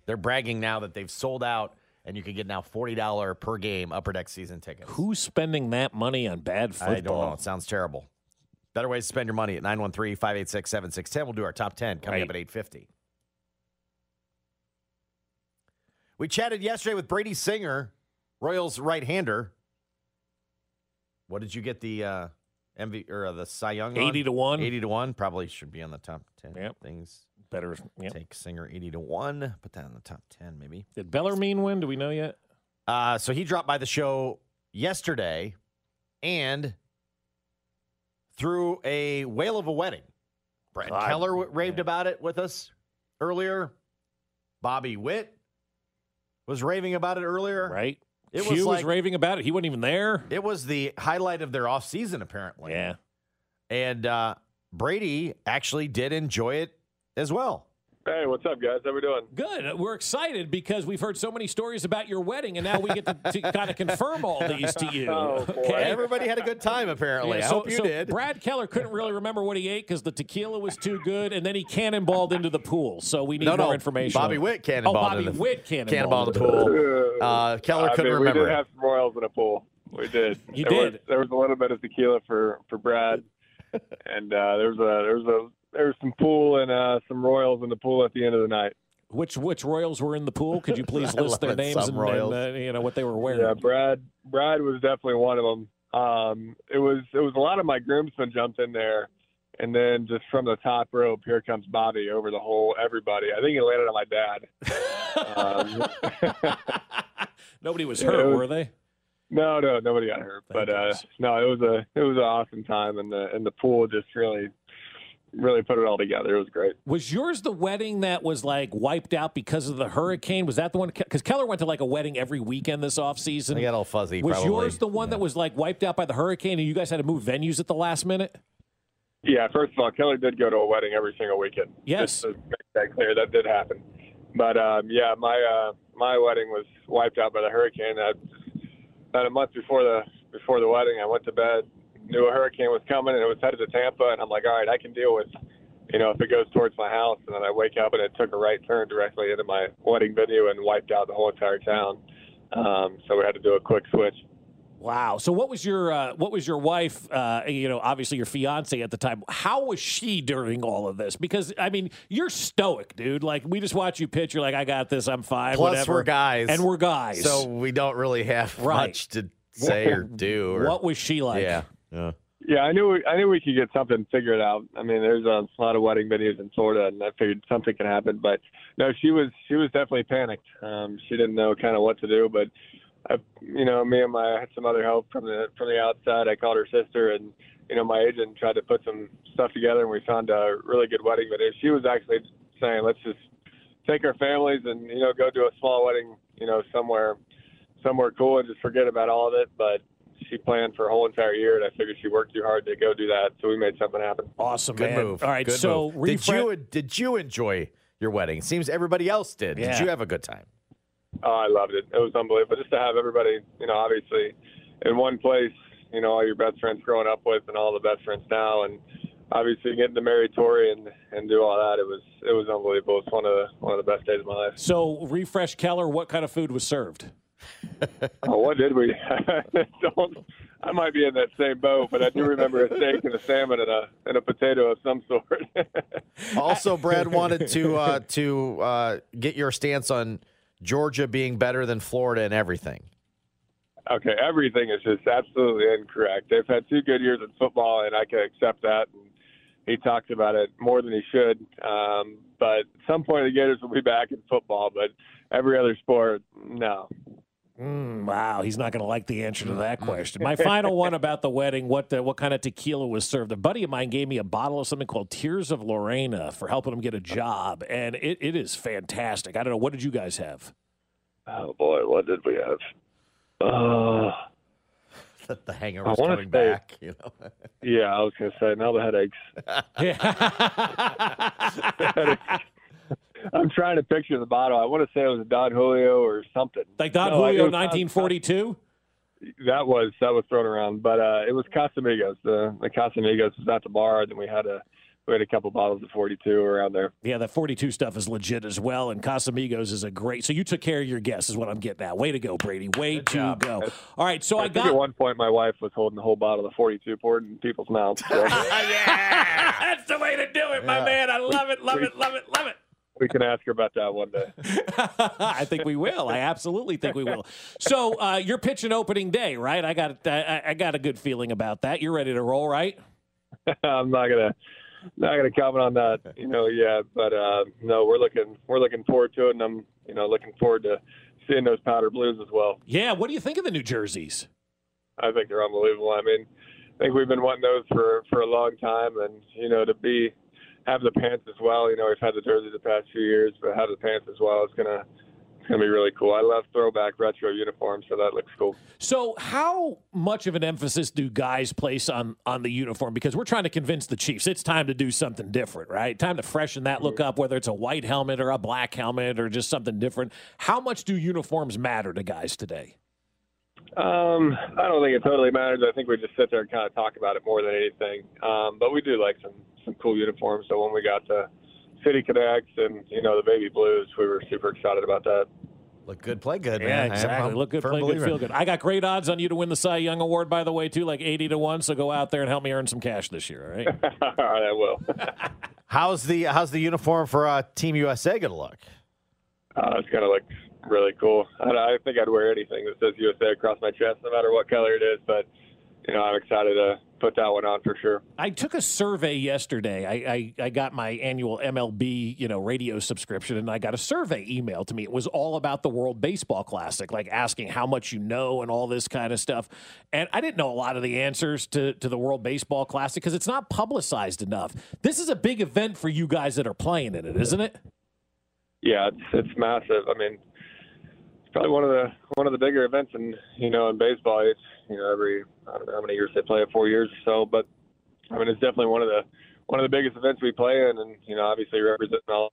They're bragging now that they've sold out, and you can get now forty dollar per game Upper Deck season tickets.
Who's spending that money on bad football?
I don't know. It sounds terrible. Better ways to spend your money at 913-586-7610. We'll do our top 10 coming up at 850. We chatted yesterday with Brady Singer, Royals right-hander. What did you get the uh MV or uh, the Cy Young?
80 to 1.
80 to 1 probably should be on the top 10
Yep.
things.
Better. Yep.
Take Singer 80 to 1, put that in the top 10 maybe.
Did Bellarmine win? Do we know yet?
Uh, so he dropped by the show yesterday and through a whale of a wedding. Brett
God.
Keller w- raved about it with us earlier. Bobby Witt was raving about it earlier.
Right.
It
Q
was
was,
like-
raving about it. He wasn't even there.
It was the highlight of their offseason, apparently.
Yeah.
And uh, Brady actually did enjoy it as well.
Hey, what's up, guys? How we doing?
Good. Uh, We're excited because we've heard so many stories about your wedding, and now we get
(laughs)
to, to kind of confirm all these to you.
Oh, boy.
Everybody had a good time, apparently.
Yeah,
I
so,
hope you
so
did.
Brad Keller couldn't really remember what he ate because the tequila was too good, and then he cannonballed into the pool. So we need
no,
more
no.
information.
Bobby Witt
Oh,
cannonballed.
Bobby
in the,
Witt cannonballed.
Cannonball in the
Ooh.
pool. Uh, Keller
I
couldn't
mean,
remember.
We did have some Royals in a pool. We did.
You
There
did.
Was, there was a little bit of tequila for for
(laughs)
Brad, and uh, there was a there was a there was some pool and uh, some Royals in the pool at the end of the night.
Which which Royals were in the pool?
(laughs)
Could you please
I
list their
love it,
names
some
and,
Royals.
and, uh, you know what they were wearing?
Yeah, Brad Brad was definitely one of them. Um, it was it was a lot of my groomsmen jumped in there, and then just from the top rope, here comes Bobby over the whole everybody. I think it landed on my dad. Um,
Nobody was hurt,
was-
were they?
No, no, nobody got hurt.
Thank
But uh,
goodness.
no, it was a it was an awesome time, and the and the pool just really really put it all together. It was great.
Was yours the wedding that was like wiped out because of the hurricane? Was that the one? Because Keller went to like a wedding every weekend this offseason.
I got all fuzzy.
was
probably.
yours the one that was like wiped out by the hurricane and you guys had to move venues at the last minute?
Yeah, first of all, Keller did go to a wedding every single weekend. Just
Yes.
to make that clear, that did happen. But um, yeah, my uh, my wedding was wiped out by the hurricane. I, about a month before the before the wedding, I went to bed, knew a hurricane was coming, and it was headed to Tampa. And I'm like, all right, I can deal with, you know, if it goes towards my house. And then I wake up and it took a right turn directly into my wedding venue and wiped out the whole entire town. Um, so we had to do a quick switch.
Wow. So what was your uh, what was your wife? Uh, you know, obviously your fiance at the time. How was she during all of this? Because I mean, you're stoic, dude. Like we just watch you pitch. You're like, I got this. I'm fine.
Plus,
whatever.
we're guys,
and we're guys. (laughs)
so we don't really have
Right.
much to
(laughs)
say or do. Or,
what was she like?
yeah, yeah.
Yeah, I knew we, I knew we could get something figured out. I mean, there's a lot of wedding venues in Florida, and I figured something could happen. But no, she was she was definitely panicked. Um, she didn't know kind of what to do. But I, you know, me and my I had some other help from the from the outside. I called her sister, and you know, my agent tried to put some stuff together, and we found a really good wedding venue. She was actually saying, let's just take our families and you know go do a small wedding, you know, somewhere somewhere cool and just forget about all of it. But she planned for a whole entire year, and I figured she worked too hard to go do that, so we made something happen.
Awesome,
Good
man.
move.
All right.
Good
so
move. did
refre-
you did you enjoy your wedding? Seems everybody else did.
Yeah.
Did you have a good time?
Oh, I loved it. It was unbelievable. Just to have everybody, you know, obviously in one place, you know, all your best friends growing up with and all the best friends now and obviously getting to marry Tori and, and do all that, it was it was unbelievable. It's one of the one of the best days of my life.
So refresh Keller. What kind of food was served?
Oh, what did we? Don't, I might be in that same boat, but I do remember a steak and a salmon and a and a potato of some sort.
Also, Brad wanted
(laughs)
to uh, to uh, get your stance on Georgia being better than Florida and everything. (laughs)
okay, everything is just absolutely incorrect. They've had two good years in football, and I can accept that. And he talked about it more than he should. Um, but at some point, the Gators will be back in football. But every other sport, no.
Mm, wow, he's not going to like the answer to that question. My final one about the wedding: what the, what kind of tequila was served? A buddy of mine gave me a bottle of something called Tears of Lorena for helping him get a job, and it, it is fantastic. I don't know what did you guys (laughs) have?
Oh boy, what did we have? Uh,
That the
I
hangover's
wanna
coming
say-
back. You know, (laughs)
yeah, I was gonna say now the headaches.
Yeah.
I'm trying to picture the bottle. I want to say it was a Don Julio or something.
Like Don
No, it
Julio,
was-
1942.
That was that was thrown around, but uh, it was Casamigos. The the Casamigos was at the bar. Then we had a we had a couple bottles of 42 around there.
Yeah, that 42 stuff is legit as well. And Casamigos is a great. So you took care of your guests, is what I'm getting at. Way to go, Brady. Way to go. All right, so I,
think
got-
at one point my wife was holding the whole bottle of 42 poured in people's mouths.
(laughs)
So
That's the way to do it, my
Yeah.
man. I love it, love it, love it, love it.
we can ask her about that one day.
I think we (laughs) will. I absolutely think we will. So uh, you're pitching opening day, right? I got I, I got a good feeling about that. You're ready to roll, right?
I'm not gonna not gonna comment on that, you know, yeah. But uh, no, we're looking we're looking forward to it, and I'm you know looking forward to seeing those powder blues as well.
Yeah. What do you think of the New Jerseys?
I think they're unbelievable. I mean, I think we've been wanting those for for a long time, and you know, to be have the pants as well. You know, we've had the jersey the past few years, but have the pants as well. It's gonna it's gonna be really cool. I love throwback retro uniforms, so that looks cool.
So, how much of an emphasis do guys place on on the uniform? Because we're trying to convince the Chiefs it's time to do something different, right? Time to freshen that look up, whether it's a white helmet or a black helmet or just something different. How much do uniforms matter to guys today?
Um, I don't think it totally matters. I think we just sit there and kind of talk about it more than anything. Um, but we do like some some cool uniforms. So when we got the City Connects and you know the baby blues, we were super excited about that.
Look good, play good,
Yeah,
man. I am-
exactly.
I'm
Look good,
firm
play good,
believer.
feel good. I got great odds on you to win the Cy Young Award, by the way, too, like eighty to one. So go out there and help me earn some cash this year. All right.
all right, I will.
How's the how's the uniform for uh, Team USA gonna look?
Uh, it's gonna look really cool. I, I think I'd wear anything that says USA across my chest, no matter what color it is. But you know, I'm excited to put that one on for sure.
I took a survey yesterday. I, I, I got my annual MLB, you know, radio subscription, and I got a survey email to me. It was all about the World Baseball Classic, like asking how much you know and all this kind of stuff. And I didn't know a lot of the answers to, to the World Baseball Classic because it's not publicized enough. This is a big event for you guys that are playing in it, isn't it?
Yeah, it's it's massive. I mean, it's probably one of the one of the bigger events in you know in baseball. It's you know every I don't know how many years they play it, four years or so. But I mean, it's definitely one of the one of the biggest events we play in, and you know, obviously representing all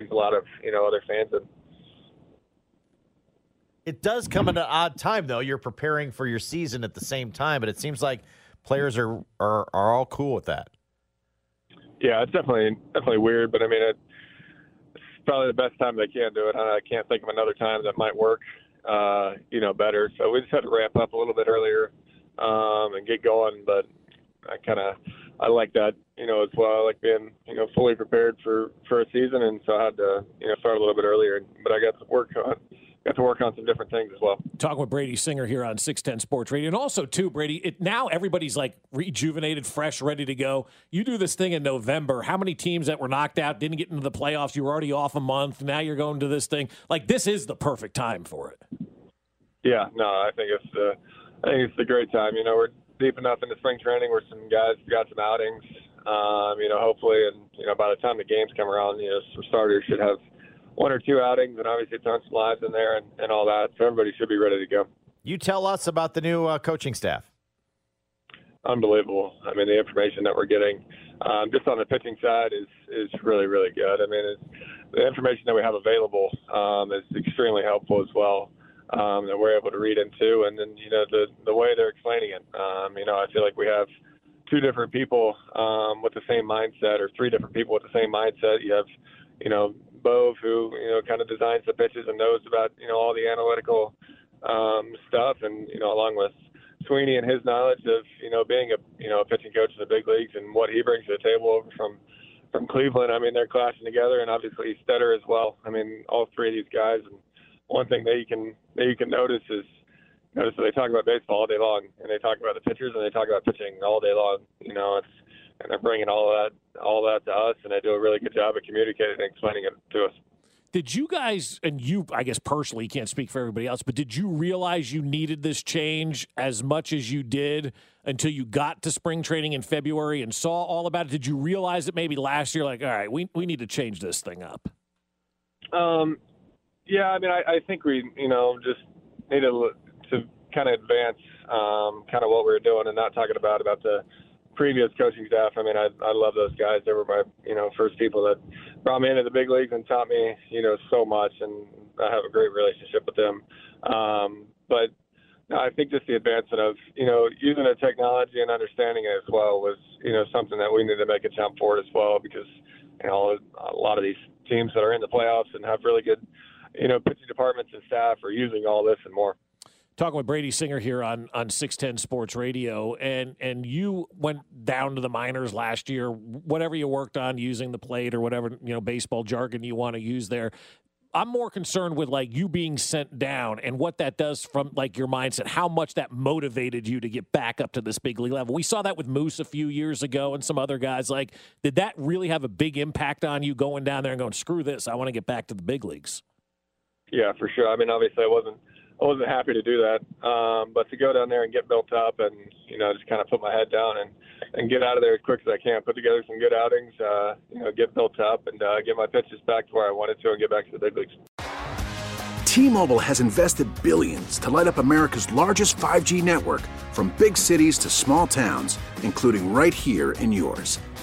a lot of you know other fans and
It does come at an odd time though. You're preparing for your season at the same time, but it seems like players are are, are all cool with that.
Yeah, it's definitely definitely weird, but I mean, it, it's probably the best time they can do it. I can't think of another time that might work, uh, you know, better. So we just had to ramp up a little bit earlier um, and get going. But I kind of I like that, you know, as well. I like being you know fully prepared for for a season, and so I had to you know start a little bit earlier. But I got to work on got to work on some different things as well.
talking with Brady Singer here on 610 Sports Radio. And also, too, Brady, it, now everybody's like rejuvenated, fresh, ready to go. You do this thing in November. How many teams that were knocked out didn't get into the playoffs? You were already off a month. Now you're going to this thing. Like, this is the perfect time for it.
Yeah, no, I think it's uh, I think it's a great time. You know, we're deep enough into spring training where some guys got some outings. Um, you know, hopefully, and you know, by the time the games come around, you know, some starters should have one or two outings, and obviously tons of lives in there and, and all that. So everybody should be ready to go.
You tell us about the new uh, coaching staff.
Unbelievable. I mean, the information that we're getting um, just on the pitching side is is really really good. I mean, it's, the information that we have available um, is extremely helpful as well. Um, that we're able to read into, and then you know the the way they're explaining it. Um, you know, I feel like we have two different people um, with the same mindset, or three different people with the same mindset. You have, you know, Bove who you know kind of designs the pitches and knows about you know all the analytical um, stuff, and you know along with Sweeney and his knowledge of you know being a you know a pitching coach in the big leagues and what he brings to the table over from from Cleveland. I mean, they're clashing together, and obviously Stetter as well. I mean, all three of these guys. And one thing that you can that you can notice is notice that they talk about baseball all day long, and they talk about the pitchers, and they talk about pitching all day long. You know, it's and they're bringing all that all that to us, and they do a really good job of communicating and explaining it to us.
Did you guys, and you, I guess personally, you can't speak for everybody else, but did you realize you needed this change as much as you did until you got to spring training in February and saw all about it? Did you realize that maybe last year, like, all right, we, we need to change this thing up?
Um, yeah, I mean, I, I think we, you know, just needed to, to kind of advance um, kind of what we were doing and not talking about about the previous coaching staff. I mean, I, I love those guys. They were my, you know, first people that brought me into the big leagues and taught me, you know, so much, and I have a great relationship with them. Um, but no, I think just the advancement of, you know, using the technology and understanding it as well was, you know, something that we need to make a jump forward as well because, you know, a lot of these teams that are in the playoffs and have really good, you know, pitching departments and staff are using all this and more.
Talking with Brady Singer here on, on 610 Sports Radio, and, and you went down to the minors last year, whatever you worked on using the plate or whatever, you know, baseball jargon you want to use there. I'm more concerned with like you being sent down and what that does from like your mindset, how much that motivated you to get back up to this big league level. We saw that with Moose a few years ago and some other guys. Like, did that really have a big impact on you going down there and going, screw this, I want to get back to the big leagues?
Yeah, for sure. I mean, obviously, I wasn't I wasn't happy to do that, um, but to go down there and get built up and you know just kind of put my head down and and get out of there as quick as I can. Put together some good outings, uh, you know, get built up and uh, get my pitches back to where I wanted to and get back to the big leagues.
T-Mobile has invested billions to light up America's largest 5G network from big cities to small towns, including right here in yours.